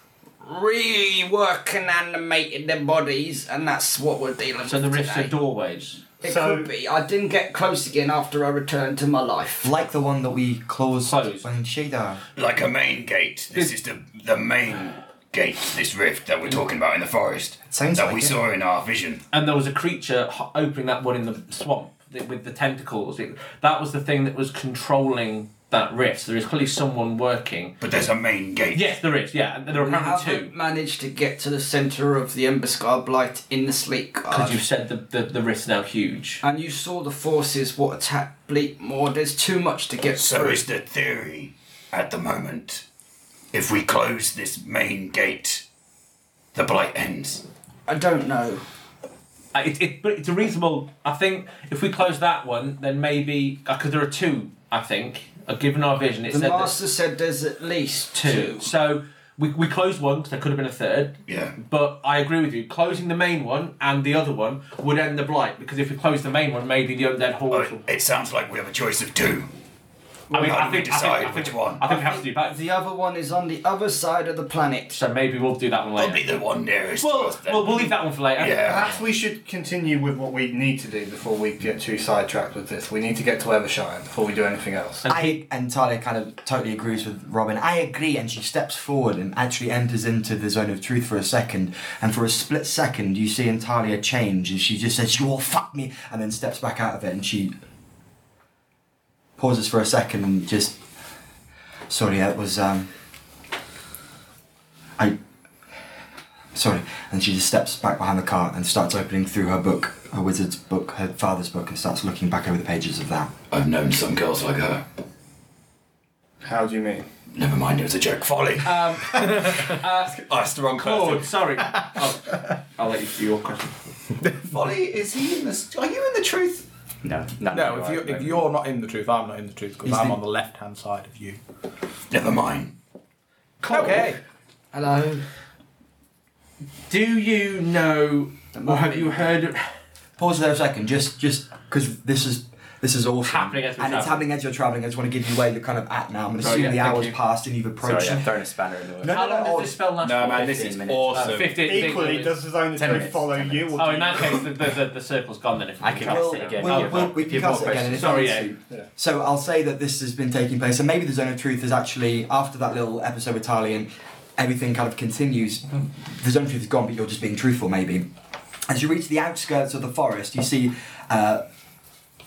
Speaker 1: reworked and animated their bodies, and that's what we're dealing
Speaker 7: so
Speaker 1: with.
Speaker 7: the rifts
Speaker 1: today.
Speaker 7: are doorways.
Speaker 1: It
Speaker 5: So-
Speaker 1: could be. I didn't get close again after I returned to my life.
Speaker 3: like the one that we closed
Speaker 7: Closed.
Speaker 3: when Shadar.
Speaker 2: like a main gate, this is the the main gate. This rift that we're talking about in the forest
Speaker 3: Sounds
Speaker 2: that
Speaker 3: like
Speaker 2: we
Speaker 3: it.
Speaker 2: saw in our vision.
Speaker 7: and there was a creature ho- opening that one in the swamp th- with the tentacles. It- that was the thing that was controlling that rift. There is clearly someone working.
Speaker 2: But there's a main gate.
Speaker 7: Yes, there is. Yeah, and there are
Speaker 1: I
Speaker 7: apparently
Speaker 1: haven't
Speaker 7: two.
Speaker 1: managed to get to the centre of the Emberscar Blight in the sleep
Speaker 7: Because you said the, the, the rift's now huge.
Speaker 1: And you saw the forces what attacked Bleakmore. There's too much to get
Speaker 2: So
Speaker 1: through.
Speaker 2: is the theory at the moment. If we close this main gate, the blight ends.
Speaker 1: I don't know.
Speaker 7: Uh, It, it, but it's a reasonable. I think if we close that one, then maybe. Because there are two, I think. Uh, given our vision, it
Speaker 1: The
Speaker 7: said
Speaker 1: master said there's at least
Speaker 7: there's two. So we, we closed one because there could have been a third.
Speaker 2: Yeah.
Speaker 7: But I agree with you. Closing the main one and the other one would end the blight because if we close the main one, maybe the undead hordes.
Speaker 2: But
Speaker 7: will-
Speaker 2: it sounds like we have a choice of two.
Speaker 7: I mean,
Speaker 2: How
Speaker 7: I
Speaker 2: do we
Speaker 7: think, I think,
Speaker 2: decide
Speaker 7: I think,
Speaker 2: which one?
Speaker 7: I think we have to do both.
Speaker 1: The other one is on the other side of the planet.
Speaker 7: So maybe we'll do that one
Speaker 2: Probably the
Speaker 7: later.
Speaker 2: one nearest to
Speaker 7: Well,
Speaker 2: us then.
Speaker 7: we'll, we'll leave that one for later.
Speaker 2: yeah.
Speaker 5: Perhaps we should continue with what we need to do before we get too sidetracked with this. We need to get to Evershire before we do anything else.
Speaker 7: And
Speaker 3: I and Talia kind of totally agrees with Robin. I agree, and she steps forward and actually enters into the zone of truth for a second. And for a split second, you see Talia change, and she just says, "You all fuck me," and then steps back out of it, and she pauses for a second and just, "Sorry, that was um, I." Sorry, and she just steps back behind the cart and starts opening through her book, her wizard's book, her father's book, and starts looking back over the pages of that.
Speaker 2: I've known some girls like her.
Speaker 5: How do you mean?
Speaker 2: Never mind, it was a joke. Folly.
Speaker 7: Um, uh,
Speaker 2: oh, that's the wrong
Speaker 7: Claude,
Speaker 2: question.
Speaker 7: sorry. I'll, I'll let you do your question.
Speaker 8: Folly, is he in the? Are you in the truth?
Speaker 9: No, no,
Speaker 4: No, if you if you're not in the truth, I'm not in the truth because
Speaker 3: He's
Speaker 4: I'm
Speaker 3: the-
Speaker 4: on the left hand side of you.
Speaker 2: Never mind.
Speaker 1: Cold.
Speaker 9: Okay.
Speaker 1: Hello.
Speaker 6: Do you know, or have you heard of
Speaker 3: Pause there a second, just just because this is this is awesome.
Speaker 7: Happening as we're
Speaker 3: and it's
Speaker 7: traveling.
Speaker 3: happening as you're traveling. I just want to give you where you're kind of at now. I'm going to
Speaker 7: Sorry,
Speaker 3: assume
Speaker 7: yeah,
Speaker 3: the
Speaker 7: thank
Speaker 3: hours
Speaker 7: you.
Speaker 3: passed and you've approached.
Speaker 9: Sorry, I've thrown a spanner in the works.
Speaker 7: How long
Speaker 3: no,
Speaker 7: does this spell last
Speaker 2: No,
Speaker 7: for?
Speaker 2: man, this
Speaker 9: 15
Speaker 2: is
Speaker 9: minutes.
Speaker 7: Uh,
Speaker 2: awesome.
Speaker 7: 15,
Speaker 5: Equally, does his own
Speaker 9: Ten
Speaker 5: crew
Speaker 9: minutes,
Speaker 5: follow you? Or
Speaker 7: Oh,
Speaker 5: do
Speaker 7: in
Speaker 5: you
Speaker 7: that case, the, the, the, the circle's gone then. If
Speaker 9: I
Speaker 7: we
Speaker 9: can
Speaker 7: travel.
Speaker 9: cast it again.
Speaker 3: we'll,
Speaker 9: yeah,
Speaker 3: we'll,
Speaker 9: but
Speaker 3: we
Speaker 9: if
Speaker 3: can
Speaker 9: you have
Speaker 3: cast it
Speaker 9: more
Speaker 3: again. and if
Speaker 7: questions-
Speaker 3: you
Speaker 7: Sorry,
Speaker 3: want to. So I'll say that this has been taking place, and maybe the Zone of Truth is actually after that little episode with Talion, everything kind of continues. The Zone of Truth is gone, but you're just being truthful, maybe. As you reach the outskirts of the forest, you see, uh,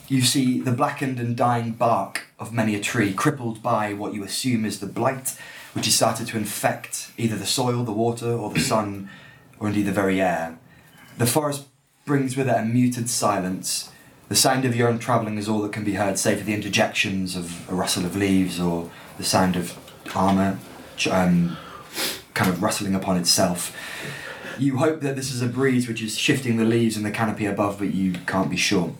Speaker 3: you see the blackened and dying bark of many a tree, crippled by what you assume is the blight, which has started to infect either the soil, the water, or the sun, or indeed the very air. The forest brings with it a muted silence. The sound of your own travelling is all that can be heard, save for the interjections of a rustle of leaves or the sound of armour ch- um, kind of rustling upon itself. You hope that this is a breeze which is shifting the leaves and the canopy above, but you can't be sure.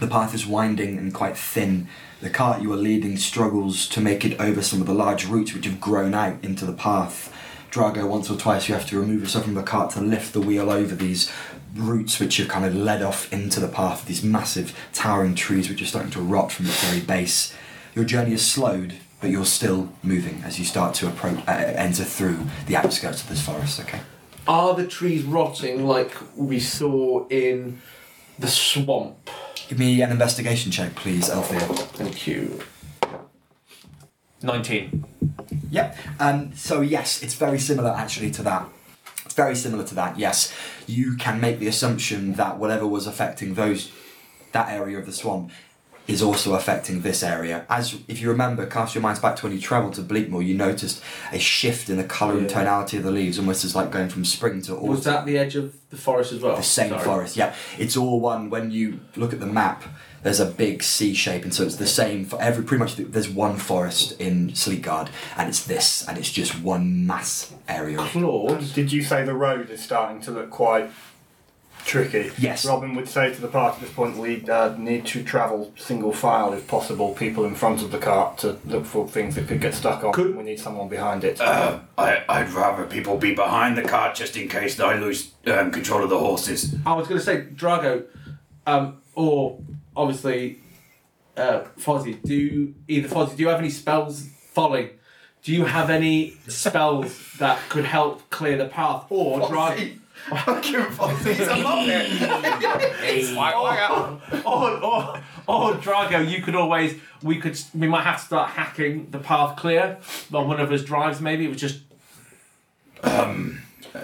Speaker 3: The path is winding and quite thin. The cart you are leading struggles to make it over some of the large roots which have grown out into the path. Drago, once or twice, you have to remove yourself from the cart to lift the wheel over these roots which have kind of led off into the path, these massive towering trees which are starting to rot from the very base. Your journey is slowed, but you're still moving as you start to approach, uh, enter through the outskirts of this forest, okay?
Speaker 6: are the trees rotting like we saw in the swamp?
Speaker 3: Give me an investigation check, please, Althea.
Speaker 6: Thank you.
Speaker 7: 19.
Speaker 3: Yep. Um, so yes, it's very similar actually to that. It's very similar to that. Yes, you can make the assumption that whatever was affecting those, that area of the swamp, is also affecting this area. As if you remember, cast your minds back to when you travelled to Bleakmore, you noticed a shift in the colour and
Speaker 6: Yeah.
Speaker 3: tonality of the leaves, almost as like going from spring to autumn
Speaker 6: Was that the edge of the forest as well?
Speaker 3: the same
Speaker 6: Sorry.
Speaker 3: forest. Yeah, it's all one. When you look at the map, there's a big C shape, and so it's the same for every. Pretty much, there's one forest in Sleekguard, and it's this, and it's just one mass area.
Speaker 6: Claude,
Speaker 5: Did you say the road is starting to look quite tricky?
Speaker 3: Yes.
Speaker 5: Robin would say to the party at this point, we uh, need to travel single file if possible, people in front of the cart to look for things that could get stuck on.
Speaker 6: Could-
Speaker 5: we need someone behind it.
Speaker 2: Uh, I, I'd rather people be behind the cart just in case I lose um, control of the horses.
Speaker 6: I was going to say Drago, um, or obviously uh, Fozzie. Do either Fozzie? Do you have any spells falling? Do you have any spells that could help clear the path? Or Drago,
Speaker 8: I love it.
Speaker 7: Or, or, or Drago, you could always. We could. We might have to start hacking the path clear on one of us drives, maybe. It was just.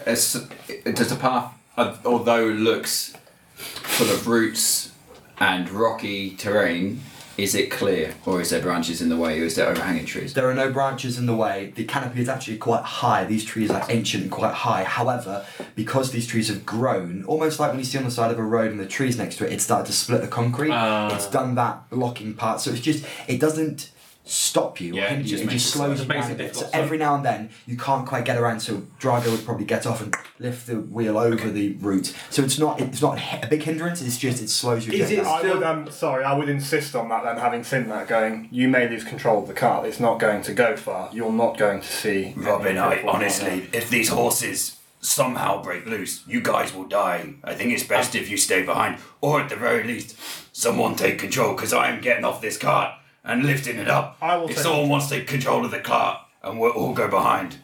Speaker 8: It's, it, does the path, uh, although it looks full of roots and rocky terrain, is it clear, or is there branches in the way, or is there overhanging trees?
Speaker 3: There are no branches in the way. The canopy is actually quite high. These trees are ancient and quite high. However, because these trees have grown, almost like when you see on the side of a road and the trees next to it, it started to split the concrete. it's done that blocking part. So it's just, it doesn't stop you or
Speaker 2: Yeah, it
Speaker 3: hinder you.
Speaker 2: just
Speaker 3: It
Speaker 2: makes
Speaker 3: just
Speaker 2: it
Speaker 3: slows you
Speaker 7: slow. Makes
Speaker 3: down a
Speaker 7: it
Speaker 3: bit. So
Speaker 7: difficult, so-
Speaker 3: every now and then, you can't quite get around. So Drago would probably get off and lift the wheel over the route. So it's not, it's not a big hindrance. It's just, it slows you
Speaker 6: Is
Speaker 3: down.
Speaker 6: it-
Speaker 5: I would,
Speaker 6: still-
Speaker 5: um, sorry, I would insist on that then, having seen that, going, you may lose control of the cart, it's not going to go far, you're not going to see.
Speaker 2: Robin,
Speaker 5: any
Speaker 2: I
Speaker 5: people
Speaker 2: honestly, if these horses somehow break loose, you guys will die. I think it's best if you stay behind, or at the very least, someone take control, because I am getting off this cart and lifting it up.
Speaker 5: I will
Speaker 2: if
Speaker 5: take
Speaker 2: someone wants to take control of the cart, and we'll all go behind.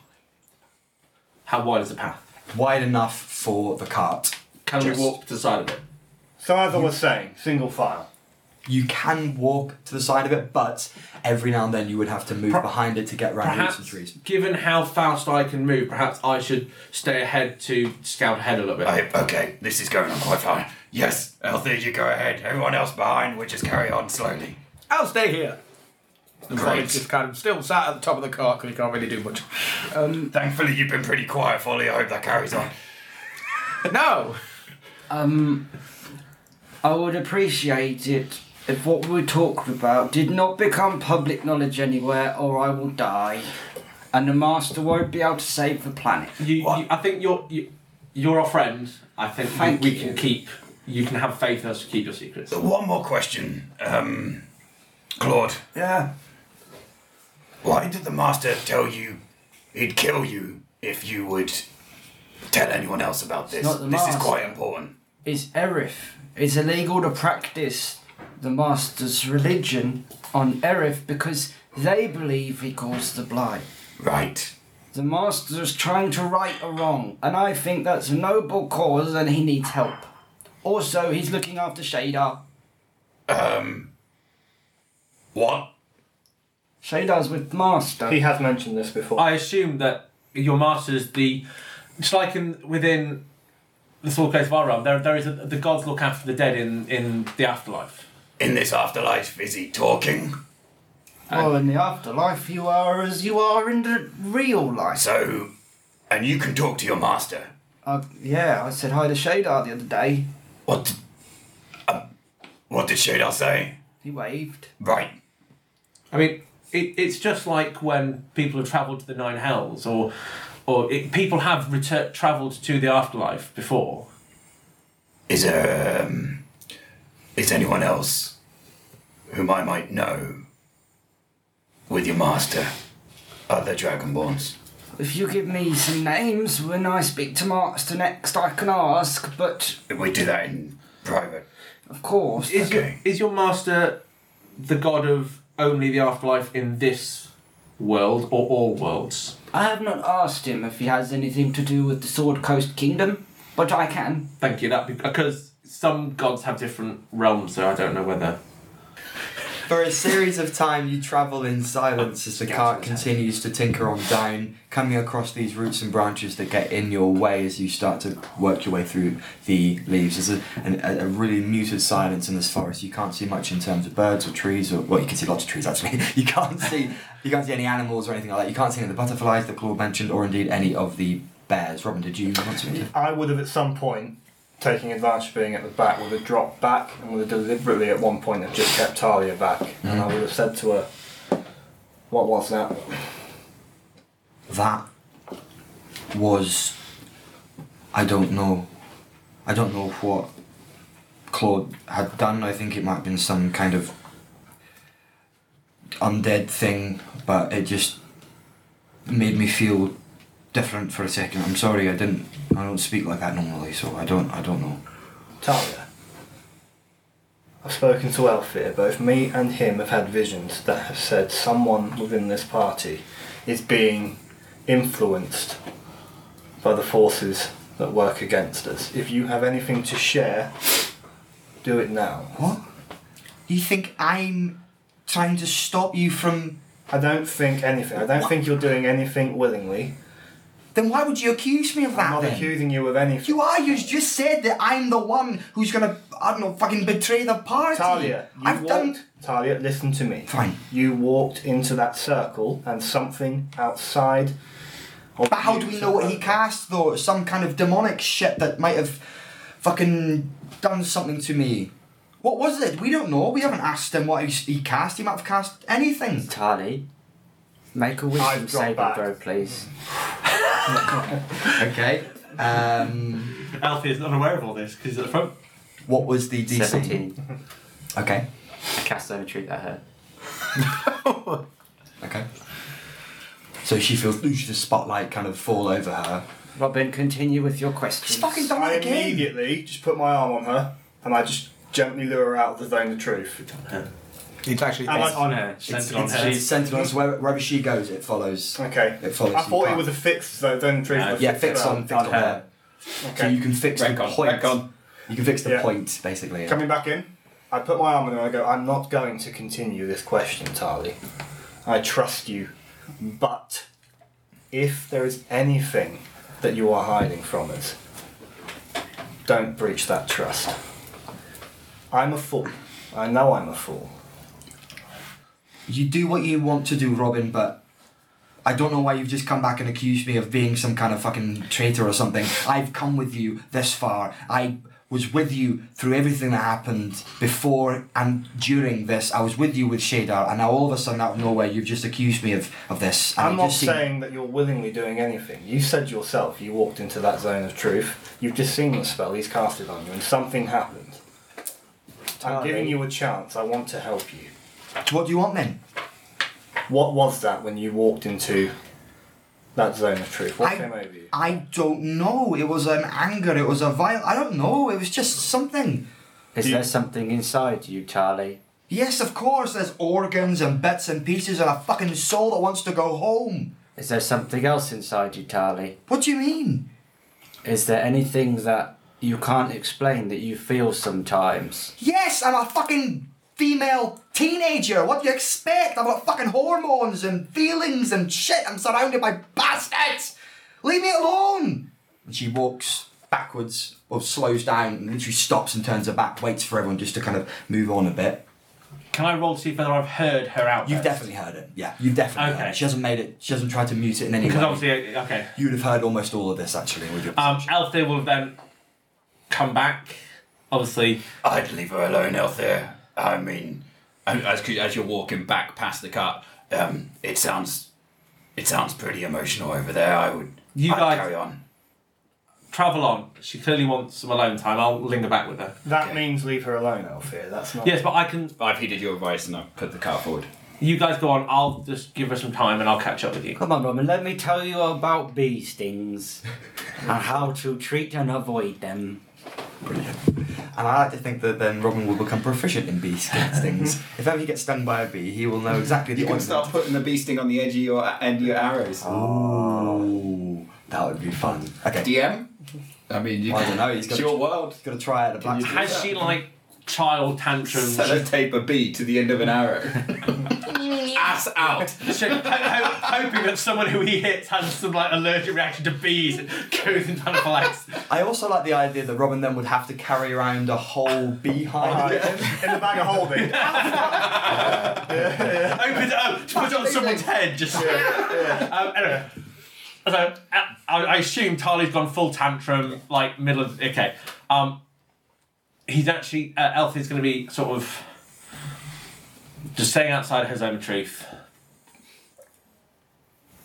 Speaker 6: how wide is the path?
Speaker 3: Wide enough for the cart.
Speaker 6: Can
Speaker 3: Just-
Speaker 6: we walk to the side of it?
Speaker 5: So, as I was saying, single file.
Speaker 3: you can walk to the side of it, but every now and then you would have to move behind it to get round roots and
Speaker 6: Perhaps,
Speaker 3: trees.
Speaker 6: given how fast I can move, perhaps I should stay ahead to scout ahead a little bit.
Speaker 2: I, okay, this is going on quite fine. Yes, Althea, you go ahead. Everyone else behind, we just carry on slowly.
Speaker 10: I'll stay here. The
Speaker 2: Great.
Speaker 10: Folly's just kind of still sat at the top of the cart because he can't really do much.
Speaker 2: Thankfully, you've been pretty quiet, Folly. I hope that carries on.
Speaker 10: No!
Speaker 1: Um, I would appreciate it if what we talked about did not become public knowledge anywhere, or I will die, and the master won't be able to save the planet.
Speaker 7: You, you, I think you're you, you're our friend. I think we-
Speaker 1: Thank
Speaker 7: we,
Speaker 1: you.
Speaker 7: can keep. You can have faith in us to keep your secrets.
Speaker 2: One more question, um, Claude.
Speaker 1: Yeah.
Speaker 2: Why did the master tell you He'd kill you if you would tell anyone else about this.
Speaker 1: not the
Speaker 2: This is
Speaker 1: mask.
Speaker 2: quite important.
Speaker 1: It's Erif. It's illegal to practice the Master's religion on Erif because they believe he caused the blight.
Speaker 2: Right.
Speaker 1: The Master's trying to right a wrong, and I think that's a noble cause and he needs help. Also, he's looking after Shadar.
Speaker 2: Um. What?
Speaker 1: Shadar's with Master.
Speaker 5: He has mentioned this before.
Speaker 7: I assume that your master's the. It's like in within the small place of our realm. There, there is a, the gods look after the dead in in the afterlife.
Speaker 2: In this afterlife, is he talking?
Speaker 1: Well, in the afterlife, you are as you are in the real life.
Speaker 2: So, and you can talk to your master.
Speaker 1: Uh, yeah, I said hi to Shadar the other day.
Speaker 2: What? Did, um, what did Shadar say?
Speaker 1: He waved.
Speaker 2: Right.
Speaker 7: I mean, it, it's just like when people have travelled to the nine hells, or or it, people have retur- travelled to the afterlife before.
Speaker 2: Is um, is anyone else whom I might know with your master? Other Dragonborns.
Speaker 1: If you give me some names when I speak to Master next, I can ask, but
Speaker 2: We do that in private.
Speaker 1: of course.
Speaker 7: Is your is your master the god of only the afterlife in this world or all worlds?
Speaker 1: I have not asked him if he has anything to do with the Sword Coast Kingdom, but I can.
Speaker 7: Thank you. That be- because some gods have different realms, so I don't know whether.
Speaker 3: For a series of time, you travel in silence as the cart continues to tinker on down, coming across these roots and branches that get in your way as you start to work your way through the leaves. There's a, an, a, a really muted silence in this forest. You can't see much in terms of birds or trees, or well, you can see lots of trees actually. You can't see you can't see any animals or anything like that. You can't see any of the butterflies that Claude mentioned, or indeed any of the bears. Robin, did you want to?
Speaker 5: I would have at some point, taking advantage of being at the back, would have dropped back and would have deliberately at one point have just kept Talia back. And I would have said to her, What was that?
Speaker 3: that was I don't know I don't know what Claude had done. I think it might have been some kind of undead thing, but it just made me feel different for a second. I'm sorry I didn't I don't speak like that normally, so I don't I don't know.
Speaker 5: Talia. I've spoken to Elfir. Both me and him have had visions that have said someone within this party is being influenced by the forces that work against us. If you have anything to share, do it now.
Speaker 3: What? You think I'm trying to stop you from
Speaker 5: I don't think anything. I don't think you're doing anything willingly.
Speaker 3: Then why would you accuse me of that?
Speaker 5: I'm not
Speaker 3: then?
Speaker 5: accusing you of anything.
Speaker 3: You are. You just said that I'm the one who's gonna, I don't know, fucking betray the party.
Speaker 5: Talia, you
Speaker 3: I've
Speaker 5: walked,
Speaker 3: done.
Speaker 5: Talia, listen to me.
Speaker 3: Fine.
Speaker 5: You walked into that circle and something outside. of
Speaker 3: But how
Speaker 5: you
Speaker 3: do we
Speaker 5: to-
Speaker 3: know what he cast though? Some kind of demonic shit that might have, fucking, done something to me. What was it? We don't know. We haven't asked him what he, he cast. He might have cast anything.
Speaker 9: Tali, make a
Speaker 5: I've
Speaker 9: wisdom
Speaker 5: dropped
Speaker 9: saving
Speaker 5: back.
Speaker 9: throw, please.
Speaker 3: Okay. Um.
Speaker 7: Alfie is not aware of all this because he's at the front.
Speaker 3: What was the DC?
Speaker 9: Seventeen.
Speaker 3: Okay.
Speaker 9: I cast overtreat at her.
Speaker 3: Okay. So she feels lose the spotlight kind of fall over her.
Speaker 1: Robin, continue with your questions.
Speaker 3: She's fucking done
Speaker 5: I
Speaker 3: it again.
Speaker 5: immediately just put my arm on her and I just gently lure her out of the zone of truth.
Speaker 10: It's actually.
Speaker 5: Am I-
Speaker 7: on her. Centered on her.
Speaker 3: She's sentinel. So wherever, wherever she goes, it follows.
Speaker 5: Okay.
Speaker 3: It follows
Speaker 5: I
Speaker 3: you
Speaker 5: thought it
Speaker 3: back.
Speaker 5: was a fixed zone of truth.
Speaker 7: No,
Speaker 5: was
Speaker 3: Uh, Yeah, fix on, fix on
Speaker 7: on
Speaker 3: her.
Speaker 7: her.
Speaker 3: So
Speaker 5: Okay.
Speaker 3: you can fix
Speaker 8: Rank
Speaker 3: the
Speaker 8: on,
Speaker 3: point.
Speaker 8: rank on.
Speaker 3: You can fix the
Speaker 5: Yeah.
Speaker 3: point, basically.
Speaker 5: Coming back in, I put my arm on her and I go, I'm not going to continue this question, Tali. I trust you. But if there is anything that you are hiding from us, don't breach that trust. I'm a fool. I know I'm a fool.
Speaker 3: You do what you want to do, Robin, but I don't know why you've just come back and accused me of being some kind of fucking traitor or something. I've come with you this far. I was with you through everything that happened before and during this. I was with you with Shadar, and now all of a sudden, out of nowhere, you've just accused me of, of this. And
Speaker 5: I'm
Speaker 3: it
Speaker 5: not
Speaker 3: just seemed-
Speaker 5: saying that you're willingly doing anything. You said yourself you walked into that zone of truth. You've just seen the spell he's casted on you, and something happened. I'm
Speaker 3: Tali.
Speaker 5: giving you a chance. I want to help you.
Speaker 3: What do you want then?
Speaker 5: What was that when you walked into That zone of truth. What came
Speaker 3: I,
Speaker 5: over you?
Speaker 3: I don't know. It was an anger. It was a vile. I don't know. It was just something.
Speaker 9: Is there something inside you, Charlie?
Speaker 3: Yes, of course. There's organs and bits and pieces and a fucking soul that wants to go home.
Speaker 9: Is there something else inside you, Charlie?
Speaker 3: What do you mean?
Speaker 9: Is there anything that you can't explain that you feel sometimes?
Speaker 3: Yes, I'm a fucking female teenager. What do you expect? I've got fucking hormones and feelings and shit. I'm surrounded by bastards. Leave me alone. And she walks backwards or slows down and literally stops and turns her back, waits for everyone just to kind of move on a bit.
Speaker 7: Can I roll to see whether I've heard her out?
Speaker 3: You've
Speaker 7: first?
Speaker 3: definitely heard it. Yeah, you've definitely heard
Speaker 7: Okay.
Speaker 3: it. She hasn't made it. She hasn't tried to mute it in any
Speaker 7: Because
Speaker 3: way.
Speaker 7: obviously, uh, okay.
Speaker 3: You'd have heard almost all of this actually. Would you?
Speaker 7: Um, Althea will then come back. Obviously,
Speaker 2: I'd leave her alone out there.
Speaker 8: I mean, and as, as you're walking back past the cart, um, it sounds
Speaker 2: It sounds pretty emotional over there. I would.
Speaker 7: You
Speaker 2: I'd
Speaker 7: guys-
Speaker 2: carry on.
Speaker 7: travel on. She clearly wants some alone time. I'll linger back with her.
Speaker 5: That means leave her alone, Althea. That's not.
Speaker 7: Yes, but I can.
Speaker 8: I've heeded your advice and I've put the cart forward.
Speaker 7: You guys go on. I'll just give her some time and I'll catch up with you.
Speaker 1: Come on, Roman, let me tell you about bee stings and how to treat and avoid them.
Speaker 3: Brilliant. And I like to think that then Robin will become proficient in bee stings. if ever he gets stung by a bee, he will know exactly the
Speaker 8: You can
Speaker 3: ointment.
Speaker 8: start putting the bee sting on the edge of your end of your arrows.
Speaker 3: Oh, that would be fun. Okay.
Speaker 8: DM? I mean, you
Speaker 3: I don't know. He's
Speaker 8: it's
Speaker 3: got
Speaker 8: your
Speaker 3: to,
Speaker 8: world.
Speaker 3: he's got to try out a black.
Speaker 7: Has she like child tantrums?
Speaker 8: Sellotape a bee to the end of an arrow. Ass out.
Speaker 7: She- ho- ho- hoping that someone who he hits has some like allergic reaction to bees and goes into anaphylaxis.
Speaker 3: I also like the idea that Robin then would have to carry around a whole beehive.
Speaker 5: In the bag of holding.
Speaker 7: Open it up to put it on someone's head. Just um, anyway. So I, I I assume Tali's gone full tantrum, like middle of okay. Um, he's actually uh, Elf is going to be sort of just staying outside his own truth,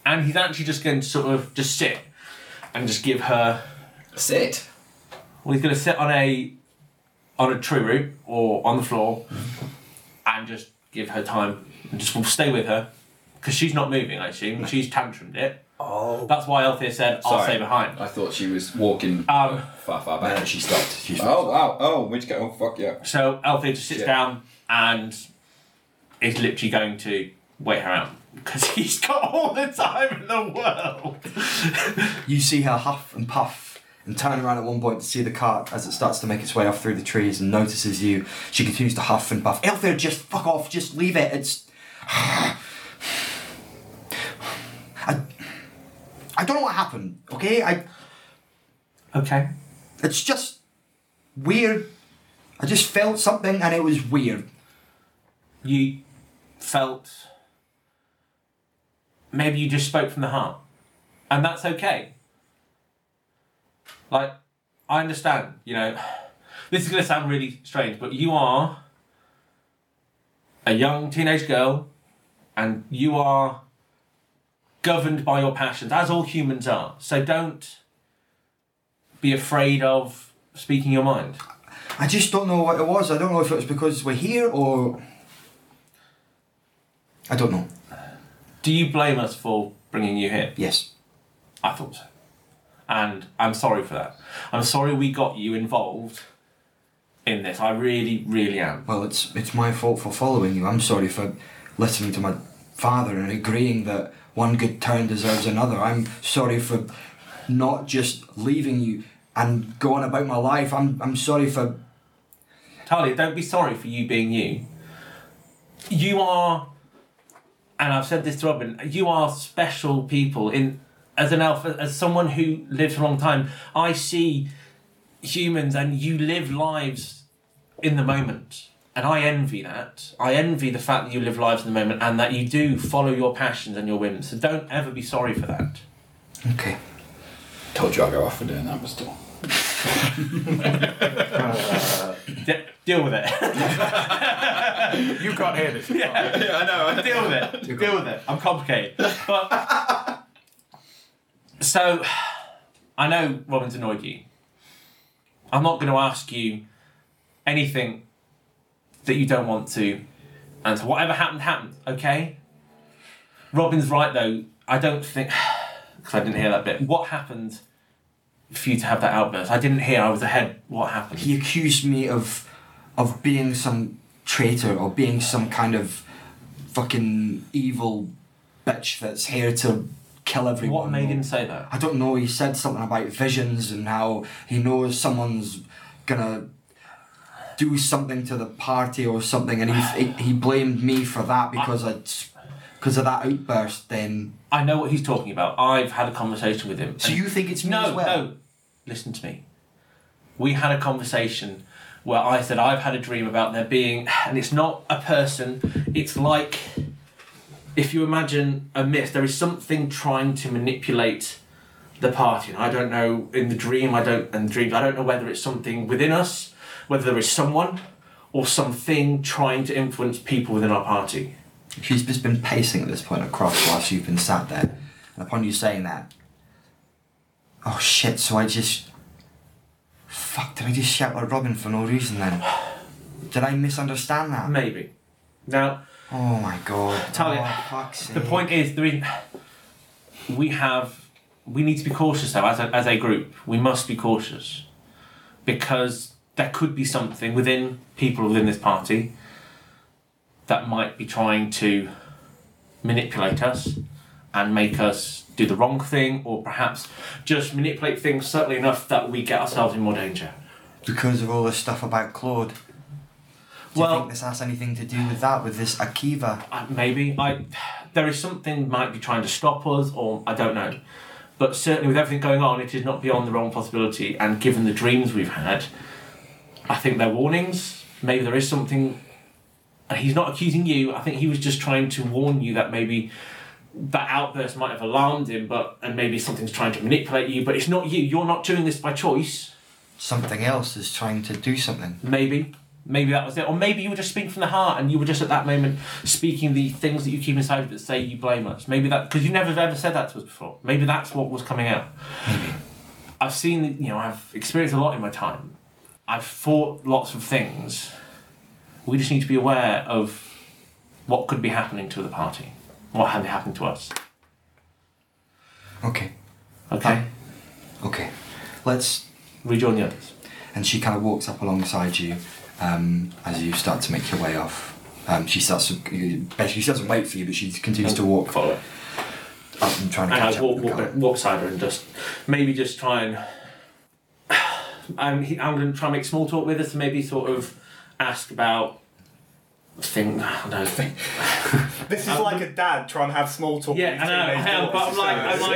Speaker 7: and he's actually just going to sort of just sit and just give her
Speaker 8: Sit.
Speaker 7: Well, he's going to sit on a on a tree root or on the floor and just give her time and just stay with her because she's not moving. I assume she's tantrumed it. Oh, that's why Althea said I'll
Speaker 8: Sorry.
Speaker 7: stay behind.
Speaker 8: I thought she was walking
Speaker 7: Um,
Speaker 8: far, far back.
Speaker 3: she stopped. She's
Speaker 8: Oh wow! Oh, which go? Oh fuck yeah!
Speaker 7: so Althea just sits
Speaker 8: Yeah.
Speaker 7: down and is literally going to wait her out because he's got all the time in the world.
Speaker 3: You see her huff and puff and turn around at one point to see the cart as it starts to make its way off through the trees and notices you. She continues to huff and puff. Elthea, just fuck off, just leave it. It's. I, I don't know what happened, okay? I
Speaker 7: okay.
Speaker 3: It's just weird. I just felt something and it was weird.
Speaker 7: you felt maybe you just spoke from the heart and that's okay like i understand you know this is going to sound really strange but you are a young teenage girl and you are governed by your passions as all humans are so don't be afraid of speaking your mind
Speaker 3: I just don't know what it was. I don't know if it was because we're here or. I don't know.
Speaker 7: do you blame us for bringing you here
Speaker 3: Yes.
Speaker 7: I thought so. And I'm sorry for that. I'm sorry we got you involved in this. I really, really am.
Speaker 3: Well, it's it's my fault for following you. I'm sorry for listening to my father and agreeing that one good turn deserves another. I'm sorry for not just leaving you and going about my life. I'm I'm sorry for
Speaker 7: Talia, don't be sorry for you being you. You are, and I've said this to Robin, you are special people. In As an elf, as someone who lives for a long time, I see humans and you live lives in the moment. And I envy that. I envy the fact that you live lives in the moment and that you do follow your passions and your whims. So don't ever be sorry for that.
Speaker 3: okay.
Speaker 8: Told you I go off for doing that, but still.
Speaker 7: De- deal with it.
Speaker 10: You can't hear this.
Speaker 8: Yeah, I know.
Speaker 7: deal with it. deal with it. I'm complicated. But so I know Robin's annoyed you. I'm not going to ask you anything that you don't want to answer. Whatever happened, happened. Okay. Robin's right though. I don't think because I didn't hear that bit. What happened for you to have that outburst? I didn't hear. I was ahead. What happened?
Speaker 3: He accused me of of being some traitor or being some kind of fucking evil bitch that's here to kill everyone.
Speaker 7: What made
Speaker 3: or-
Speaker 7: him say that?
Speaker 3: I don't know. He said something about visions and how he knows someone's gonna do something to the party or something, and he he, he blamed me for that because I because of that outburst. Then
Speaker 7: I know what he's talking about. I've had a conversation with him.
Speaker 3: so you think it's me
Speaker 7: no,
Speaker 3: as well?
Speaker 7: no. Listen to me. We had a conversation where I said I've had a dream about there being, and it's not a person. It's like if you imagine a mist. There is something trying to manipulate the party, and I don't know in the dream. I don't and dreams. I don't know whether it's something within us, whether there is someone or something trying to influence people within our party.
Speaker 3: She's just been pacing at this point across whilst you've been sat there. And upon you saying that, oh shit, so I just. Fuck, did I just shout at Robin for no reason then? Did I misunderstand that?
Speaker 7: Maybe. Now,
Speaker 3: Oh my god.
Speaker 7: Talia,
Speaker 3: Oh, fuck's
Speaker 7: The
Speaker 3: sake.
Speaker 7: point is, the reason we have, we need to be cautious though. As a, as a group, we must be cautious because there could be something within people within this party that might be trying to manipulate us and make us do the wrong thing, or perhaps just manipulate things subtly enough that we get ourselves in more danger.
Speaker 3: Because of all this stuff about Claude. Do you
Speaker 7: Well,
Speaker 3: think this has anything to do with that, with this Akiva?
Speaker 7: I- maybe I there is something might be trying to stop us or I don't know but certainly with everything going on it is not beyond the realm of possibility and given the dreams we've had I think they're warnings maybe there is something and he's not accusing you I think he was just trying to warn you that maybe that outburst might have alarmed him but and maybe something's trying to manipulate you but it's not you you're not doing this by choice
Speaker 3: Something else is trying to do something.
Speaker 7: maybe maybe that was it or maybe you were just speaking from the heart and you were just at that moment speaking the things that you keep inside that say you blame us maybe that because you never have ever said that to us before maybe that's what was coming out i've seen you know i've experienced a lot in my time i've fought lots of things we just need to be aware of what could be happening to the party what had happened to us
Speaker 3: Okay,
Speaker 7: okay
Speaker 3: okay. Let's
Speaker 7: rejoin the others
Speaker 3: and she kind of walks up alongside you um, as you start to make your way off. Um, she starts to, basically she doesn't wait for you, but she continues to walk
Speaker 7: follow it
Speaker 3: up and trying to
Speaker 7: and
Speaker 3: catch
Speaker 7: I
Speaker 3: up.
Speaker 7: walk,
Speaker 3: with the
Speaker 7: walk,
Speaker 3: guy.
Speaker 7: walk beside her and just maybe just try and I'm he- I'm going to try and make small talk with her to maybe sort of ask about thing I don't know
Speaker 5: This is like a dad trying to have small talk.
Speaker 7: yeah
Speaker 5: with
Speaker 7: I
Speaker 5: his
Speaker 7: know I
Speaker 5: teenage
Speaker 7: am, but I'm
Speaker 5: daughters.
Speaker 7: like I'm like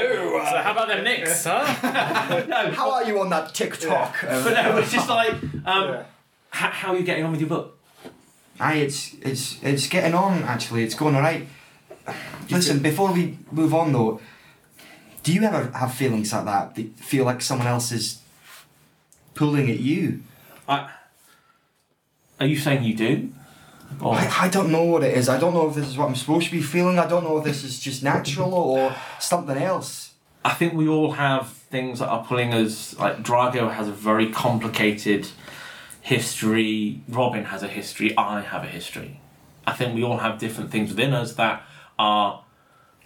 Speaker 10: So how about them next, huh?
Speaker 3: How are you on that TikTok? Uh,
Speaker 7: but no it's just like um
Speaker 5: Yeah.
Speaker 7: how, how are you getting on with your book
Speaker 3: Aye, it's it's it's getting on. Actually, it's going all right. Listen, before we move on though, do you ever have feelings like that? That you feel like someone else is pulling at you?
Speaker 7: I, are you saying you do or
Speaker 3: I, I don't know what it is. I don't know if this is what I'm supposed to be feeling. I don't know if this is just natural or something else.
Speaker 7: I think we all have things that are pulling us. Like Drago has a very complicated history. Robin has a history. I have a history. I think we all have different things within us that are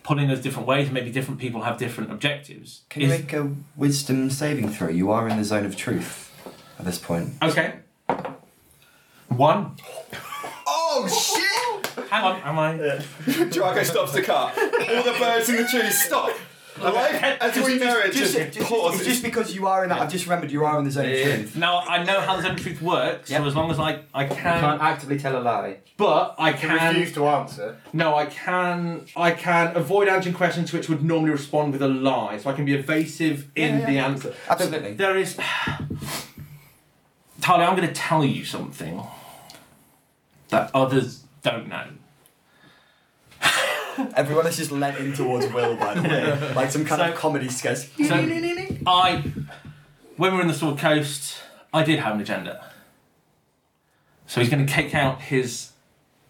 Speaker 7: pulling us different ways. Maybe different people have different objectives.
Speaker 3: Can you
Speaker 7: Is-
Speaker 3: make a wisdom saving throw? You are in the zone of truth at this point.
Speaker 7: okay. One.
Speaker 3: Oh shit!
Speaker 7: Hang on. Am I?
Speaker 8: Drago stops the car. All the birds in the trees stop. And like, as we know it, just, pauses.
Speaker 3: Just because you are in that, I've just remembered you are in the zone of truth.
Speaker 7: Now I know how the zone of truth works.
Speaker 3: Yep.
Speaker 7: So as long as I I
Speaker 9: You can't
Speaker 7: can,
Speaker 9: actively tell a lie.
Speaker 7: but I
Speaker 5: He
Speaker 7: can
Speaker 5: refused to answer.
Speaker 7: No, I can I can avoid answering questions which would normally respond with a lie, so I can be evasive in
Speaker 3: Yeah, yeah.
Speaker 7: the answer.
Speaker 3: Absolutely.
Speaker 7: There is Tali, I'm gonna tell you something that others don't know.
Speaker 3: Everyone has just lent in towards Will, by the way. Like some kind of comedy sketch.
Speaker 7: So I when we were in the Sword Coast, I did have an agenda. So he's gonna take out his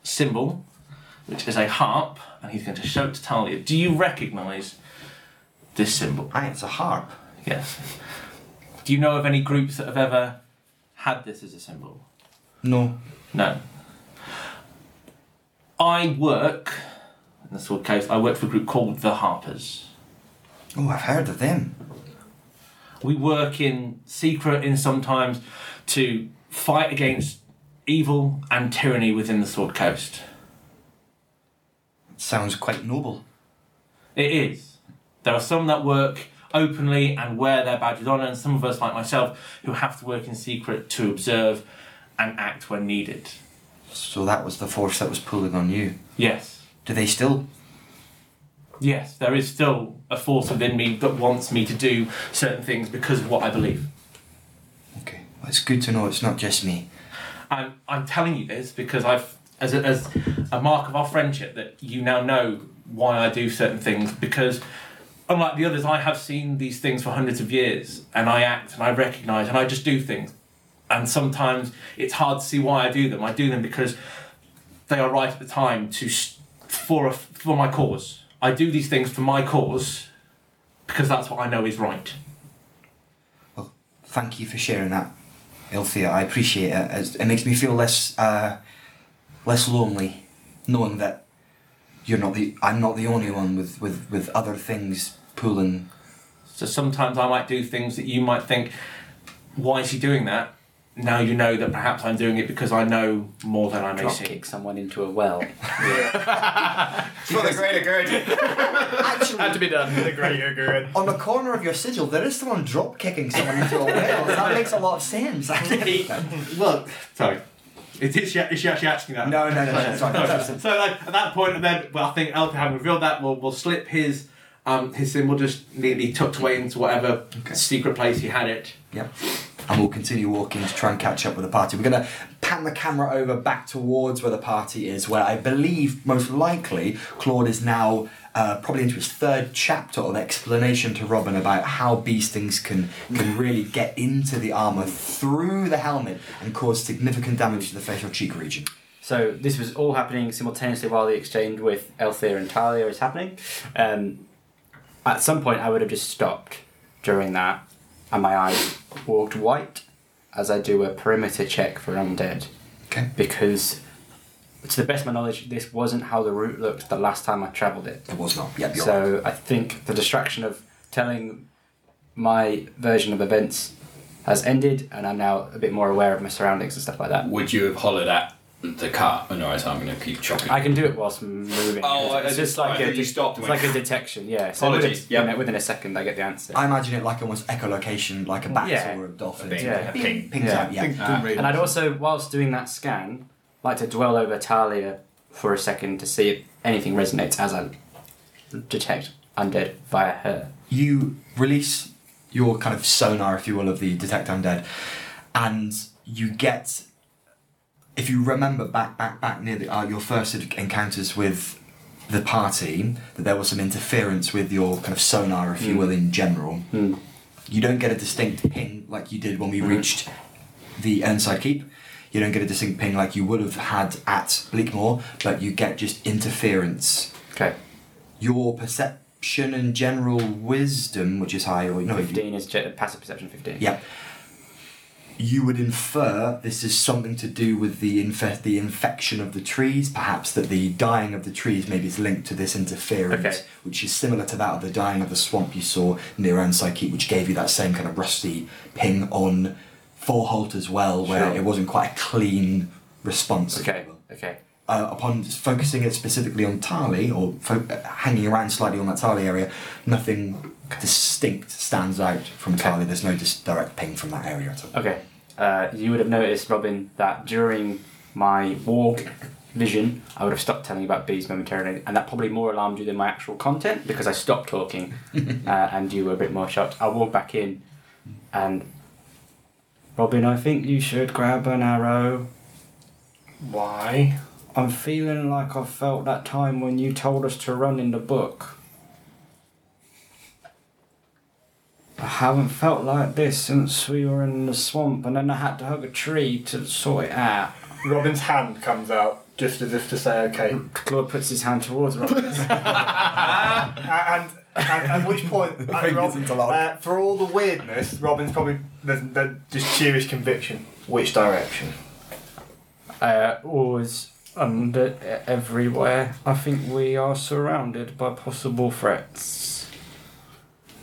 Speaker 7: symbol, which is a harp, and he's going to show it to Talia. Do you recognise this symbol?
Speaker 3: Aye, it's a harp.
Speaker 7: Yes. Do you know of any groups that have ever had this as a symbol?
Speaker 3: No.
Speaker 7: No. I work in the Sword Coast. I work for a group called the Harpers.
Speaker 3: Oh, I've heard of them.
Speaker 7: We work in secret in sometimes to fight against evil and tyranny within the Sword Coast.
Speaker 3: Sounds quite noble.
Speaker 7: It is. There are some that work openly and wear their badges on, and some of us, like myself, who have to work in secret to observe and act when needed.
Speaker 3: So that was the force that was pulling on you.
Speaker 7: Yes.
Speaker 3: Do they still?
Speaker 7: Yes, there is still a force within me that wants me to do certain things because of what I believe.
Speaker 3: Well, it's good to know it's not just me.
Speaker 7: I'm, I'm telling you this because I've, as a, as a mark of our friendship, that you now know why I do certain things. Because, unlike the others, I have seen these things for hundreds of years, and I act and I recognize and I just do things. And sometimes it's hard to see why I do them. I do them because they are right at the time to s- for a, for my cause. I do these things for my cause because that's what I know is right.
Speaker 3: Thank you for sharing that, Ilthea. I appreciate it. It's, it makes me feel less uh, less lonely, knowing that you're not the I'm not the only one with, with, with other things pulling.
Speaker 7: So sometimes I might do things that you might think, why is he doing that? Now you know that perhaps I'm doing it because I know more than I may see. Kick
Speaker 1: someone into a well.
Speaker 11: For the greater good.
Speaker 3: Actually,
Speaker 12: Had to be done for the greater good.
Speaker 3: on the corner of your sigil, there is someone drop kicking someone into a well. That makes a lot of sense.
Speaker 13: Look. Sorry. Is, is, she, is she actually asking that?
Speaker 3: No, no, no, no, sorry,
Speaker 13: Okay.
Speaker 3: just-
Speaker 13: so like, at that point, and then well, I think Elka having revealed that, we'll, we'll slip his um, his symbol just neatly tucked away into whatever secret place he had it.
Speaker 3: Yep. And we'll continue walking to try and catch up with the party. We're going to pan the camera over back towards where the party is, where I believe most likely Claude is now uh, probably into his third chapter of explanation to Robin about how beast things can, can really get into the armour through the helmet and cause significant damage to the facial cheek region.
Speaker 1: So this was all happening simultaneously while the exchange with Elthea and Talia is happening. Um, at some point, I would have just stopped during that, and my eyes walked white as I do a perimeter check for undead.
Speaker 3: Okay.
Speaker 1: Because, to the best of my knowledge, this wasn't how the route looked the last time I travelled it.
Speaker 3: It was not. Yep, you're right.
Speaker 1: So I think the distraction of telling my version of events has ended, and I'm now a bit more aware of my surroundings and stuff like that.
Speaker 8: Would you have hollered at the car? Oh, no, right, I'm going to keep chopping.
Speaker 1: I can do it whilst moving.
Speaker 8: Oh,
Speaker 1: it's
Speaker 8: I-
Speaker 1: just like
Speaker 8: I
Speaker 1: a
Speaker 8: thought you stopped
Speaker 1: it's
Speaker 8: when-
Speaker 1: like a detection. Yeah. So
Speaker 8: Apologies,
Speaker 1: Within,
Speaker 8: yeah.
Speaker 1: you know, within a second, I get the answer.
Speaker 3: I imagine it like almost echolocation, like a bat
Speaker 1: Yeah.
Speaker 3: or a dolphin.
Speaker 8: Ping,
Speaker 1: yeah.
Speaker 8: ping.
Speaker 3: Pings
Speaker 1: Yeah. Uh,
Speaker 3: out, yeah.
Speaker 8: Ping, Ah.
Speaker 1: and I'd also, whilst doing that scan, like to dwell over Talia for a second to see if anything resonates as I detect undead via her.
Speaker 3: you release your kind of sonar, if you will, of the detect undead, and you get, if you remember back, back, back near the, uh, your first encounters with the party, that there was some interference with your kind of sonar, if you
Speaker 1: Mm.
Speaker 3: will, in general.
Speaker 1: Mm.
Speaker 3: You don't get a distinct ping like you did when we reached the inside keep. You don't get a distinct ping like you would have had at Bleakmore, but you get just interference
Speaker 1: Okay.
Speaker 3: your perception and general wisdom, which is high, or no, you,
Speaker 1: Fifteen is je- passive perception. Fifteen.
Speaker 3: yeah, you would infer this is something to do with the infe- the infection of the trees, perhaps that the dying of the trees maybe is linked to this interference,
Speaker 1: Okay.
Speaker 3: which is similar to that of the dying of the swamp you saw near Anpsyche, which gave you that same kind of rusty ping on Fourholt as well, where
Speaker 1: Sure.
Speaker 3: it wasn't quite a clean response. if you
Speaker 1: Okay.
Speaker 3: will
Speaker 1: Okay.
Speaker 3: uh, upon focusing it specifically on Tali or fo- hanging around slightly on that Tali area, nothing distinct stands out from Tali. There's no dis- direct ping from that area at all.
Speaker 1: Okay. Uh, you would have noticed, Robin, that during my walk vision, I would have stopped telling you about bees momentarily, and that probably more alarmed you than my actual content because I stopped talking uh, and you were a bit more shocked. I walked back in, and Robin, I think you should grab an arrow.
Speaker 5: Why?
Speaker 14: I'm feeling like I felt that time when you told us to run in the book. I haven't felt like this since we were in the swamp and then I had to hug a tree to sort it out.
Speaker 5: Robin's hand comes out just as if to say, okay.
Speaker 14: Claude puts his hand towards Robin.
Speaker 5: and, and at which point, uh, Rob, uh, for all the weirdness, Robin's probably there's, there's just sheerish conviction. Which direction?
Speaker 14: uh, always under e, everywhere. I think we are surrounded by possible threats.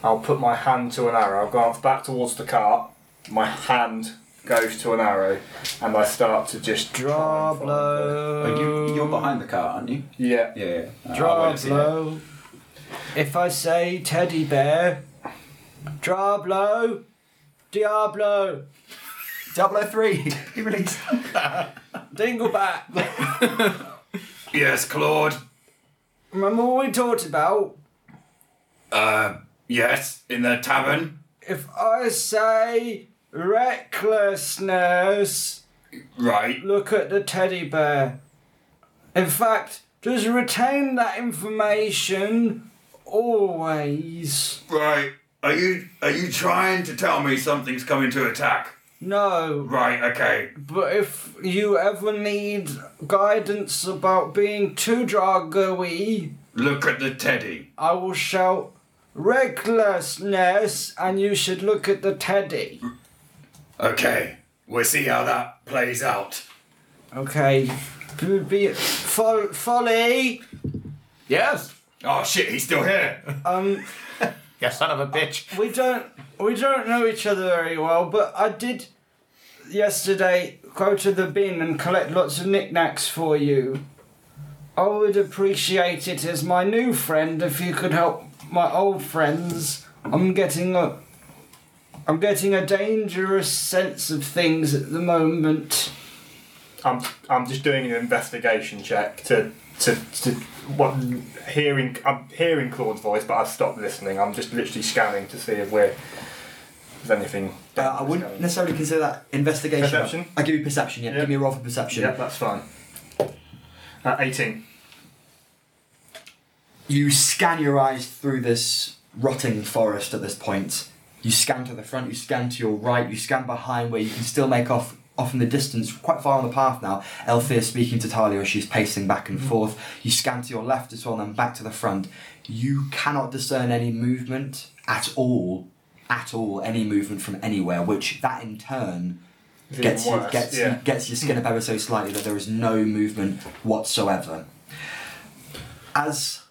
Speaker 5: I'll put my hand to an arrow. I've gone back towards the cart. My hand goes to an arrow, and I start to just draw blow.
Speaker 8: Like you, you're behind the car, aren't you?
Speaker 5: Yeah.
Speaker 8: Yeah. yeah. Uh, I wouldn't see that.
Speaker 1: Drablo. If I say teddy bear, Drablo, Diablo,
Speaker 3: Diablo 3, he released.
Speaker 1: Dingleback.
Speaker 2: Yes, Claude.
Speaker 1: Remember what we talked about?
Speaker 2: Uh, yes, in the tavern.
Speaker 1: If I say recklessness,
Speaker 2: Right.
Speaker 1: look at the teddy bear. In fact, just retain that information always.
Speaker 2: Right. Are you are you trying to tell me something's coming to attack?
Speaker 1: No,
Speaker 2: Right. Okay.
Speaker 1: But if you ever need guidance about being too draggy,
Speaker 2: Look at the teddy.
Speaker 1: I will shout recklessness and you should look at the teddy.
Speaker 2: Okay. We'll see how that plays out.
Speaker 1: Okay. Be, be, fo- folly!
Speaker 4: Yes.
Speaker 2: Oh shit! He's still here.
Speaker 1: Um,
Speaker 4: You son of a bitch.
Speaker 1: we don't we don't know each other very well, but I did yesterday go to the bin and collect lots of knickknacks for you. I would appreciate it as my new friend if you could help my old friends. I'm getting a I'm getting a dangerous sense of things at the moment.
Speaker 5: I'm I'm just doing an investigation check to to, to what hearing I'm hearing Claude's voice, but I've stopped listening. I'm just literally scanning to see if we're there's anything.
Speaker 3: Uh, I wouldn't
Speaker 5: going on.
Speaker 3: necessarily consider that investigation.
Speaker 5: Perception?
Speaker 3: I give you perception, yeah.
Speaker 5: Yeah.
Speaker 3: Give me a roll for perception.
Speaker 5: Yeah, that's fine. Uh, Eighteen.
Speaker 3: You scan your eyes through this rotting forest at this point. You scan to the front, you scan to your right, you scan behind where you can still make off off in the distance, quite far on the path now. Althea speaking to Talia as she's pacing back
Speaker 5: Mm-hmm.
Speaker 3: and forth. You scan to your left as well, then back to the front. You cannot discern any movement at all, at all, any movement from anywhere, which that in turn
Speaker 5: Even
Speaker 3: gets you,
Speaker 5: worse,
Speaker 3: gets,
Speaker 5: yeah.
Speaker 3: gets your skin up ever so slightly that there is no movement whatsoever. As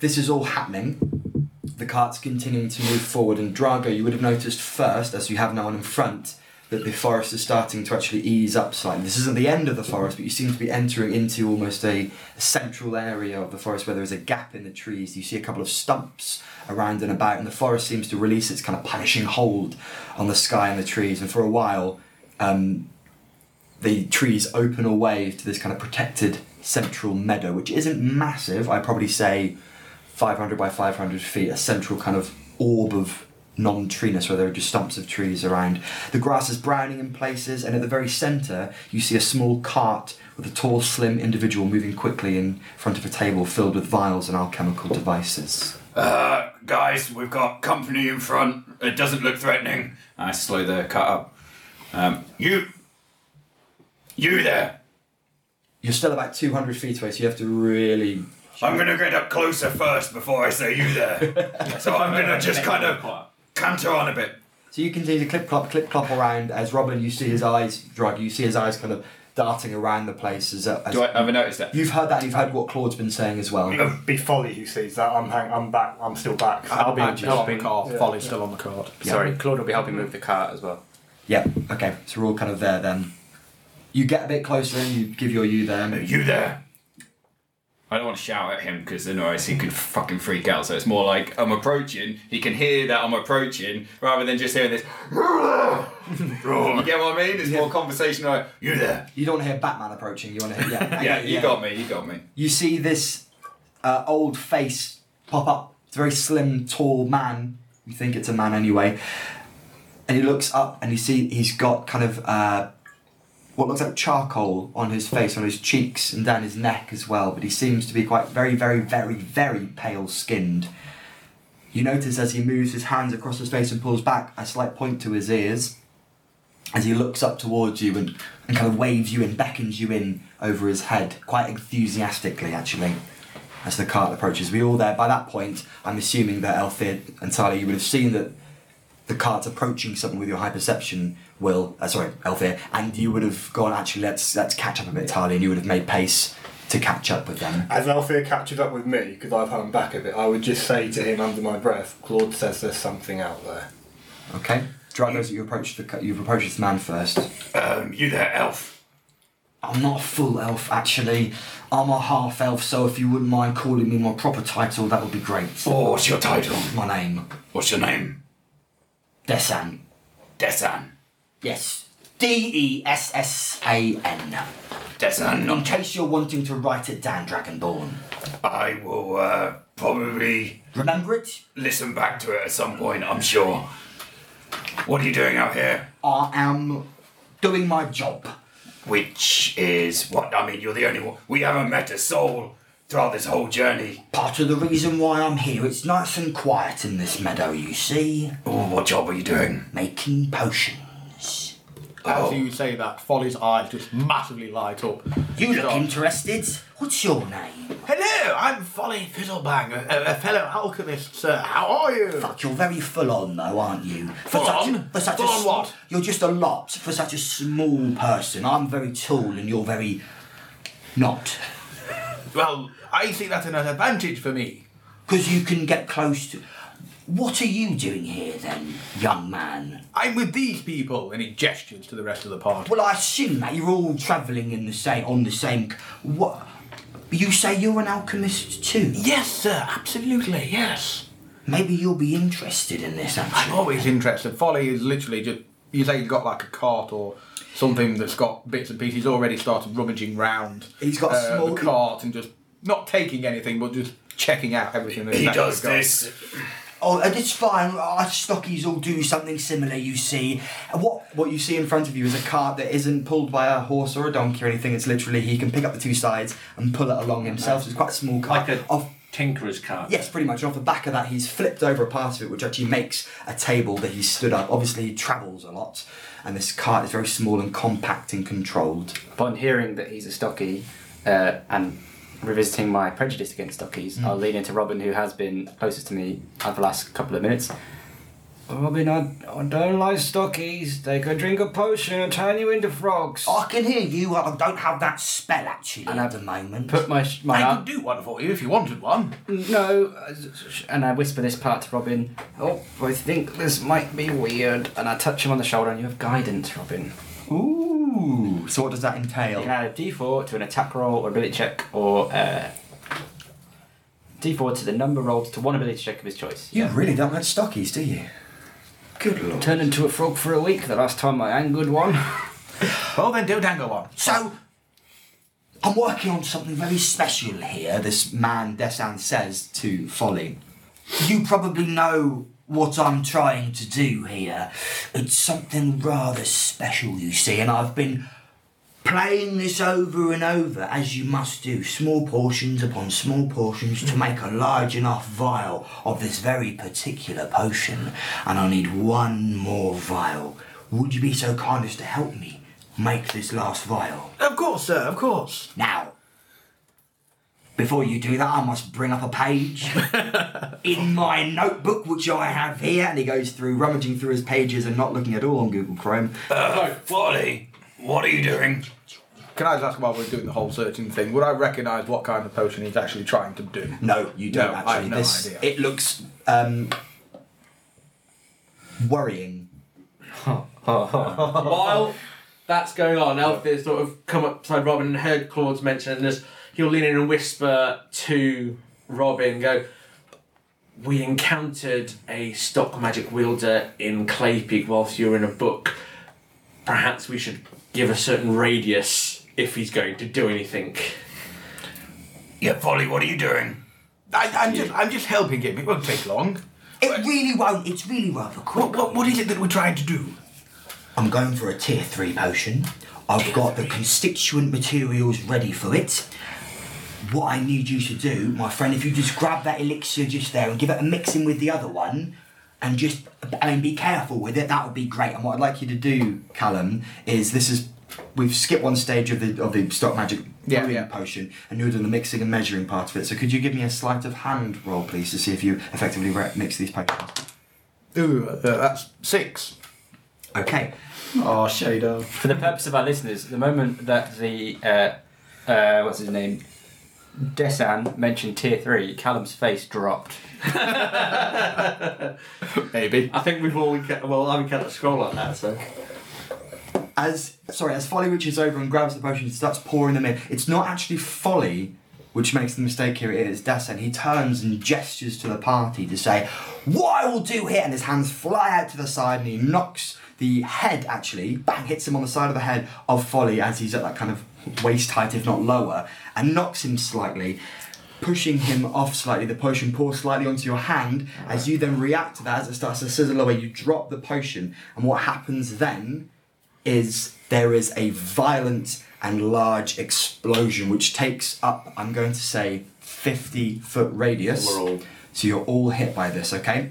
Speaker 3: this is all happening, the cart's continuing to move forward, and Drago, you would have noticed first, as you have now on in front, that the forest is starting to actually ease up slightly. This isn't the end of the forest, but you seem to be entering into almost a central area of the forest where there is a gap in the trees. You see a couple of stumps around and about, and the forest seems to release its kind of punishing hold on the sky and the trees. And for a while, um, the trees open a way to this kind of protected central meadow, which isn't massive. I probably say 500 by 500 feet, a central kind of orb of non treeness where there are just stumps of trees around. The grass is browning in places, and at the very centre, you see a small cart with a tall, slim individual moving quickly in front of a table filled with vials and alchemical devices.
Speaker 2: Uh, guys, we've got company in front. It doesn't look threatening.
Speaker 8: I slow the cut up. Um,
Speaker 2: You. You there.
Speaker 3: You're still about 200 feet away, so you have to really.
Speaker 2: I'm gonna get up closer first before I say you there. so I'm gonna just kind of canter on a bit.
Speaker 3: So you continue to clip clop, clip clop around as Robin, you see his eyes, drug, you see his eyes kind of darting around the place as. uh, as
Speaker 8: do I have I noticed that?
Speaker 3: You've heard that, you've heard what Claude's been saying as well.
Speaker 5: It'd be folly who sees that. I'm hang- I'm back. I'm still back.
Speaker 9: I'll be
Speaker 4: Still on the
Speaker 9: helping.
Speaker 4: car.
Speaker 5: Yeah.
Speaker 4: Folly's still on the cart.
Speaker 9: Sorry, Claude will be helping move the cart as well.
Speaker 3: Yeah, okay, so we're all kind of there then. You get a bit closer and you give your you there.
Speaker 2: You there.
Speaker 8: I don't want to shout at him because otherwise he could fucking freak out. So it's more like I'm approaching. He can hear that I'm approaching rather than just hearing this. You get what I mean? It's more conversational. Like,
Speaker 2: You there.
Speaker 3: You don't want to hear Batman approaching, you want to hear. Yeah,
Speaker 8: yeah,
Speaker 3: okay,
Speaker 8: you got me. You got me.
Speaker 3: You see this uh, old face pop up. It's a very slim, tall man. You think it's a man anyway. And he looks up and you see he's got kind of uh, what looks like charcoal on his face, on his cheeks, and down his neck as well. But he seems to be quite very, very, very, very pale skinned. You notice as he moves his hands across his face and pulls back, a slight point to his ears as he looks up towards you and, and kind of waves you and beckons you in over his head, quite enthusiastically, actually, as the cart approaches. We all there by that point. I'm assuming that Althea and Talia, you would have seen that the cart's approaching something with your high perception. Will uh, sorry, Althea, and you would have gone. Actually, let's let's catch up a bit, Talia, and you would have made pace to catch up with them.
Speaker 5: As Althea captured up with me, because I've hung back a bit, I would just say to him under my breath, Claude says there's something out there.
Speaker 3: Okay, Dragos, you approach the cu- you've approached this man first.
Speaker 2: Um, you there, elf?
Speaker 3: I'm not a full elf, actually. I'm a half elf, so if you wouldn't mind calling me my proper title, that would be great.
Speaker 2: Oh, what's your title?
Speaker 3: My name,
Speaker 2: What's your name?
Speaker 3: Desan.
Speaker 2: Desan.
Speaker 3: Yes, D E S S A N. In
Speaker 2: Desan.
Speaker 3: case you're wanting to write it down, Dragonborn.
Speaker 2: I will uh, probably
Speaker 3: Remember it?
Speaker 2: listen back to it at some point, I'm sure. What are you doing out here?
Speaker 3: I am doing my job.
Speaker 2: Which is what? I mean, you're the only one. We haven't met a soul throughout this whole journey.
Speaker 3: Part of the reason why I'm here, it's nice and quiet in this meadow, you see.
Speaker 2: Oh, what job are you doing? Oh.
Speaker 3: Making potions.
Speaker 4: As you say that, Folly's eyes just massively light up.
Speaker 3: You look
Speaker 4: Stop.
Speaker 3: interested. What's your name?
Speaker 4: Hello, I'm Folly Fiddlebang, a, a fellow alchemist, sir. How are you?
Speaker 3: Fuck, you're very full on though, aren't you? For
Speaker 4: Full
Speaker 3: such A,
Speaker 4: on?
Speaker 3: for such
Speaker 4: Full
Speaker 3: a,
Speaker 4: on
Speaker 3: s-
Speaker 4: what?
Speaker 3: You're just a lot for such a small person. I'm very tall and you're very not.
Speaker 4: Well, I think that's an advantage for me.
Speaker 3: Because you can get close to. What are you doing here then, young man?
Speaker 4: I'm with these people, and he gestures to the rest of the party.
Speaker 3: Well, I assume that you're all travelling in the same on the same. c- What? You say you're an alchemist too.
Speaker 4: Yes, sir, absolutely, yes.
Speaker 3: Maybe you'll be interested in this.
Speaker 4: I'm
Speaker 3: Actually,
Speaker 4: always Oh, interested. Folly is literally just, you say he's got like a cart or something that's got bits and pieces, already started rummaging round.
Speaker 3: He's got a
Speaker 4: uh,
Speaker 3: small-
Speaker 4: the cart and just not taking anything, but just checking out everything. that's
Speaker 2: He
Speaker 4: left in the
Speaker 2: does
Speaker 4: cart.
Speaker 2: this.
Speaker 3: oh, and it's fine. Our stockies all do something similar. You see, Uh, what what you see in front of you is a cart that isn't pulled by a horse or a donkey or anything. It's literally he can pick up the two sides and pull it along himself. So it's quite a small cart.
Speaker 7: Like a
Speaker 3: Off-
Speaker 7: tinkerer's cart.
Speaker 3: Yes, pretty much. And off the back of that, he's flipped over a part of it, which actually makes a table that he stood up. Obviously, he travels a lot, and this cart is very small and compact and controlled.
Speaker 9: Upon hearing that he's a stocky uh, and revisiting my prejudice against
Speaker 2: Hmm.
Speaker 9: stockies, I'll lean into Robin, who has been closest to me for the last couple of minutes.
Speaker 1: Robin, I, I don't like stockies. They could drink a potion and turn you into frogs.
Speaker 3: Oh, I can hear you. I don't have that spell actually
Speaker 9: And
Speaker 3: at
Speaker 9: I've
Speaker 3: the moment.
Speaker 9: Put my sh- my
Speaker 4: I
Speaker 9: arm,
Speaker 4: could do one for you if you wanted one.
Speaker 1: No, I-
Speaker 9: and I whisper this part to Robin.
Speaker 1: oh, I think this might be weird.
Speaker 9: And I touch him on the shoulder, and you have guidance, Robin.
Speaker 3: Ooh. So what does that entail?
Speaker 9: You can add a D4 to an attack roll or ability check, or uh, D4 to the number rolled to one ability check of his choice.
Speaker 3: You really don't like stockies, do you? Good lord.
Speaker 1: Turned into a frog for a week the last time I angered one.
Speaker 4: Well, then do dangle one.
Speaker 3: So, I'm working on something very special here, this man Desan says to Folly. You probably know what I'm trying to do here. It's something rather special, you see, and I've been playing this over and over, as you must do, small portions upon small portions to make a large enough vial of this very particular potion. And I need one more vial. Would you be so kind as to help me make this last vial?
Speaker 4: Of course, sir, of course.
Speaker 3: Now, before you do that, I must bring up a page in my notebook, which I have here. And he goes through, rummaging through his pages and not looking at all on Google Chrome.
Speaker 2: Folly, what are you doing?
Speaker 4: Can I just ask while we're doing the whole searching thing, would I recognise what kind of potion he's actually trying to do?
Speaker 3: No, you don't
Speaker 4: No, I have
Speaker 3: actually.
Speaker 4: no
Speaker 3: this
Speaker 4: idea.
Speaker 3: it looks um, worrying.
Speaker 7: Oh.
Speaker 6: While that's going on, Elf has sort of come up beside Robin and heard Claude's mention, and just- he'll lean in and whisper to Robin, "Go." We encountered a stock magic wielder in Clay Peak whilst you were in a book. Perhaps we should give a certain radius if he's going to do anything.
Speaker 2: Yeah, Folly, what are you doing?
Speaker 4: I, I'm, just, I'm just helping him, it won't take long.
Speaker 3: It really won't. It's really rather quick.
Speaker 4: What, what, what is it that we're trying to do?
Speaker 3: I'm going for a tier three potion. I've got the constituent materials ready for it. What I need you to do, my friend, if you just grab that elixir just there and give it a mix in with the other one, and just I mean, be careful with it. That would be great. And what I'd like you to do, Callum, is this is we've skipped one stage of the of the stock magic
Speaker 4: Yeah,
Speaker 3: brewing
Speaker 4: yeah.
Speaker 3: potion, and you're doing the mixing and measuring part of it. So could you give me a sleight of hand roll, please, to see if you effectively re- mix these potions?
Speaker 4: Ooh, uh, that's six.
Speaker 3: Okay.
Speaker 10: Oh, Shader.
Speaker 9: For the purpose of our listeners, the moment that the uh, uh, what's his name Desan mentioned tier three, Callum's face dropped.
Speaker 8: Maybe.
Speaker 6: I think we've all enca- well, I've encountered a scroll like that, so
Speaker 3: as sorry, as Folly reaches over and grabs the potion and starts pouring them in, it's not actually Folly which makes the mistake here, it is Dasan. He turns and gestures to the party to say, What I will do here, and his hands fly out to the side and he knocks the head actually, bang, hits him on the side of the head of Folly as he's at that kind of waist height, if not lower, and knocks him slightly. Pushing him off slightly, the potion pours slightly onto your hand. As you then react to that, as it starts to sizzle away, you drop the potion. And what happens then is there is a violent and large explosion which takes up, I'm going to say, 50 foot radius. So you're all hit by this, okay?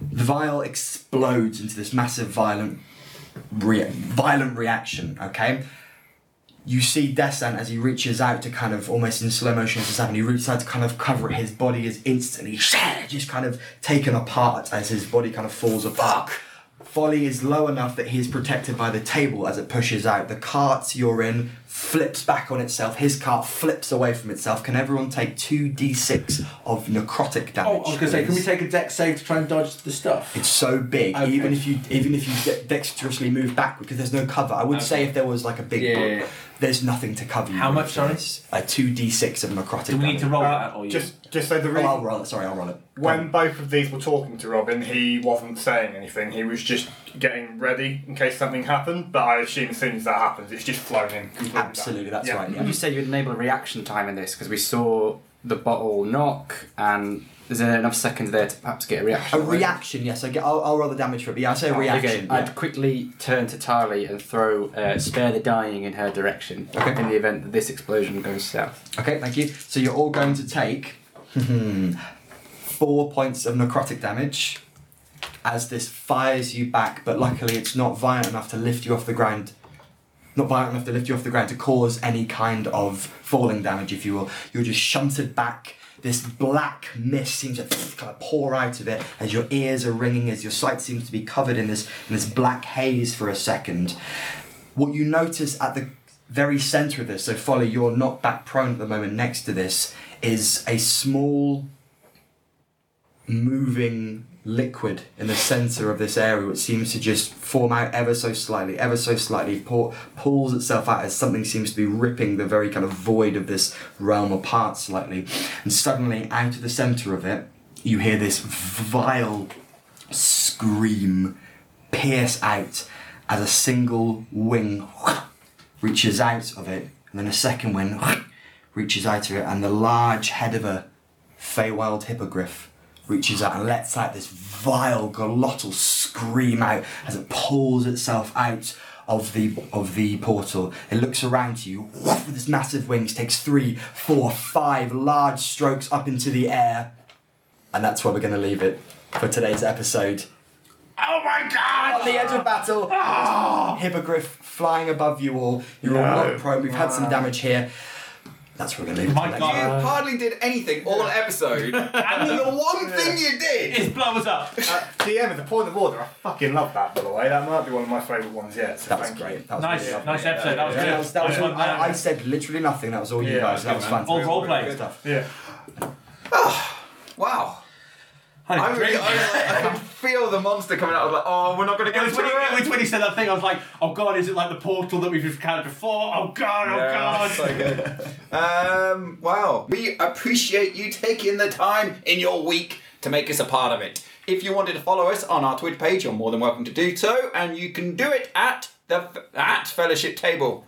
Speaker 3: The vial explodes into this massive violent, rea- violent reaction, okay? You see Descent as he reaches out to kind of almost in slow motion as this happening, he reaches out to kind of cover it. His body is instantly just kind of taken apart as his body kind of falls apart. Folly is low enough that he is protected by the table as it pushes out. The cart you're in flips back on itself. His cart flips away from itself. Can everyone take 2d6 of necrotic
Speaker 6: Oh, I
Speaker 3: damage?
Speaker 6: was gonna say, can we
Speaker 3: please?
Speaker 6: take a deck save to try and dodge the stuff?
Speaker 3: It's so big.
Speaker 6: Okay.
Speaker 3: Even if you even if you de- dexterously move backward, because there's no cover. I would say if there was like a big
Speaker 6: Yeah,
Speaker 3: book,
Speaker 6: yeah, yeah.
Speaker 3: there's nothing to cover you.
Speaker 7: How
Speaker 3: with
Speaker 7: much,
Speaker 3: for
Speaker 7: sorry?
Speaker 3: this. A two d six of necrotic.
Speaker 7: Do we need to
Speaker 3: damage.
Speaker 7: roll
Speaker 5: Uh,
Speaker 7: that or you?
Speaker 5: just, just so the
Speaker 3: Oh, I'll
Speaker 5: reason
Speaker 3: roll it. Sorry, I'll roll it. Go
Speaker 5: when
Speaker 3: on.
Speaker 5: both of these were talking to Robin, he wasn't saying anything. He was just getting ready in case something happened. But I assume as soon as that happens, it's just flown in. completely back.
Speaker 3: Absolutely, that's
Speaker 5: Yeah.
Speaker 3: right. Yeah.
Speaker 9: You said you'd enable a reaction time in this because we saw the bottle knock, and is there enough seconds there to perhaps get a reaction?
Speaker 3: A reaction, yes. I get, I'll, I'll roll the damage for it. But yeah, I say a
Speaker 9: Okay,
Speaker 3: reaction. yeah.
Speaker 9: I'd quickly turn to Tali and throw uh, spare the dying in her direction
Speaker 3: Okay.
Speaker 9: in the event that this explosion goes south.
Speaker 3: Okay, thank you. So you're all going to take four points of necrotic damage as this fires you back, but luckily it's not violent enough to lift you off the ground. Not violent enough to lift you off the ground to cause any kind of falling damage, if you will. You're just shunted back. This black mist seems to kind of pour out of it as your ears are ringing, as your sight seems to be covered in this in this black haze for a second what you notice at the very center of this, so Folly, you're not back prone at the moment next to this, is a small moving liquid in the center of this area which seems to just form out ever so slightly ever so slightly pour, pulls itself out as something seems to be ripping the very kind of void of this realm apart slightly and suddenly out of the center of it you hear this vile scream pierce out as a single wing reaches out of it, and then a second wing reaches out of it, and the large head of a Feywild hippogriff reaches out and lets out this vile glottal scream out as it pulls itself out of the of the portal. It looks around to you with its massive wings, takes three, four, five large strokes up into the air, and that's where we're going to leave it for today's episode
Speaker 2: Oh my god!
Speaker 3: on the edge of battle. Hippogriff flying above you all. You're all not prone. We've had some damage here. That's where we're going to leave it.
Speaker 7: My
Speaker 3: Thank
Speaker 7: God.
Speaker 3: you.
Speaker 8: you hardly did anything all episode, and the one thing you did
Speaker 7: It blows up.
Speaker 5: Uh, DM at the point of order. I fucking love that, by the way. That might be one of my favourite ones yet. So
Speaker 3: That was
Speaker 5: thank
Speaker 3: great. That was
Speaker 7: nice,
Speaker 3: really lovely.
Speaker 7: nice episode. That was
Speaker 3: Yeah,
Speaker 7: good.
Speaker 3: that was, that was
Speaker 7: I
Speaker 3: all,
Speaker 7: want that.
Speaker 3: I, I said literally nothing. That was all you
Speaker 5: Yeah,
Speaker 3: guys. That was fantastic.
Speaker 7: All roleplay.
Speaker 3: stuff.
Speaker 5: You. Yeah.
Speaker 8: Wow.
Speaker 7: I had a
Speaker 8: I really,
Speaker 7: drink.
Speaker 8: I, I could feel the monster coming out. I was like, oh, we're not going to
Speaker 7: It
Speaker 8: get
Speaker 7: was, when he, it
Speaker 8: it.
Speaker 7: was when he said that thing, I was like, oh god, is it like the portal that we've encountered before? Oh god, oh
Speaker 8: Yeah,
Speaker 7: god.
Speaker 8: so good. Um, wow. We appreciate you taking the time in your week to make us a part of it. If you wanted to follow us on our Twitch page, you're more than welcome to do so, and you can do it at the at Fellowship Table.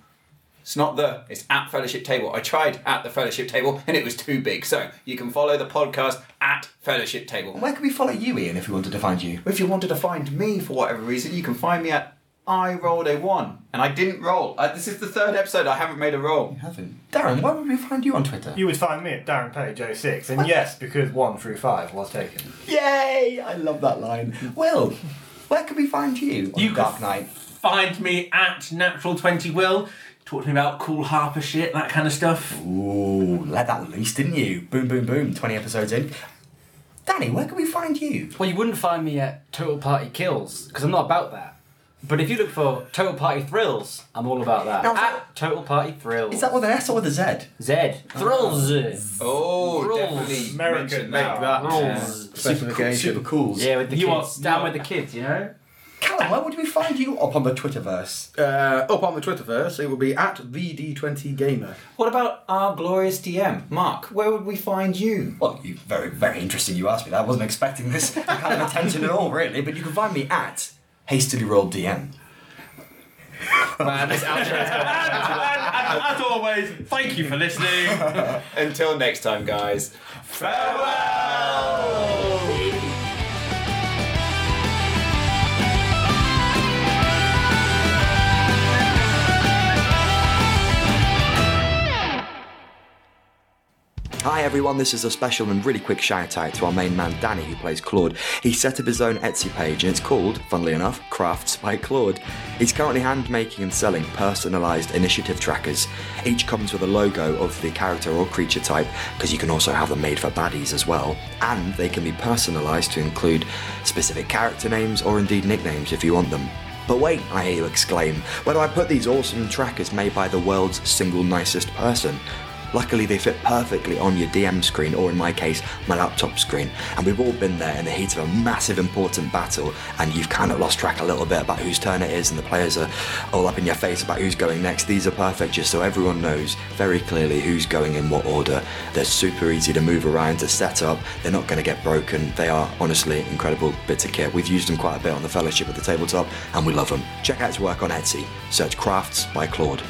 Speaker 8: It's not the, it's at Fellowship Table. I tried at the Fellowship Table and it was too big. So you can follow the podcast at Fellowship Table.
Speaker 3: Where can we follow you, Ian, if we wanted to find you?
Speaker 8: If you wanted to find me for whatever reason, you can find me at I rolled a one, and I didn't roll. Uh, this is the third episode I haven't made a roll.
Speaker 3: Heaven. Darren, where would we find you on Twitter?
Speaker 5: You would find me at Darren
Speaker 4: oh
Speaker 5: Page 06, and yes, because 1 through 5 was taken.
Speaker 3: Yay! I love that line. Will, where can we find you on
Speaker 7: You
Speaker 3: Dark
Speaker 7: can-
Speaker 3: Knight?
Speaker 7: Find me at natural20will. Talk to me about cool Harper shit, that kind of stuff.
Speaker 3: Ooh, let that loose, didn't you? Boom, boom, boom. 20 episodes in. Danny, where can we find you?
Speaker 9: Well, you wouldn't find me at Total Party Kills because I'm not about that. But if you look for Total Party Thrills, I'm all about that.
Speaker 3: Now, is that-
Speaker 9: At Total Party Thrills.
Speaker 3: Is that with an S or with a Z?
Speaker 9: Zed. Thrills.
Speaker 8: Oh,
Speaker 9: Rules.
Speaker 8: definitely
Speaker 10: American
Speaker 8: mention
Speaker 10: now.
Speaker 8: that.
Speaker 9: Thrills.
Speaker 4: Special occasion.
Speaker 3: Super cool.
Speaker 9: Yeah, with the
Speaker 7: You
Speaker 9: kids.
Speaker 7: are-
Speaker 9: Down
Speaker 7: you
Speaker 9: with
Speaker 7: are-
Speaker 9: the kids, you know?
Speaker 3: Callum, where would we find you up on the Twitterverse?
Speaker 4: Uh, up on the Twitterverse, it will be at the D20 Gamer.
Speaker 8: What about our glorious DM, Mark? Where would we find you?
Speaker 3: Well, you very, very interesting you asked me that. I wasn't expecting this kind of attention at all, really. But you can find me at hastily rolled DM.
Speaker 8: Man, this outro is gone.
Speaker 7: and as always, thank you for listening.
Speaker 8: Until next time, guys.
Speaker 3: Hi everyone, this is a special and really quick shout out to our main man Danny who plays Claude. He set up his own Etsy page and it's called, funnily enough, Crafts by Claude. He's currently hand making and selling personalised initiative trackers. Each comes with a logo of the character or creature type, because you can also have them made for baddies as well, and they can be personalised to include specific character names or indeed nicknames if you want them. But wait, I hear you exclaim, where do I put these awesome trackers made by the world's single nicest person? Luckily, they fit perfectly on your DM screen, or in my case, my laptop screen. And we've all been there in the heat of a massive, important battle, and you've kind of lost track a little bit about whose turn it is, and the players are all up in your face about who's going next. These are perfect just so everyone knows very clearly who's going in what order. They're super easy to move around, to set up, they're not going to get broken. They are honestly incredible bits of kit. We've used them quite a bit on the Fellowship at the Tabletop, and we love them. Check out his work on Etsy. Search Crafts by Claude.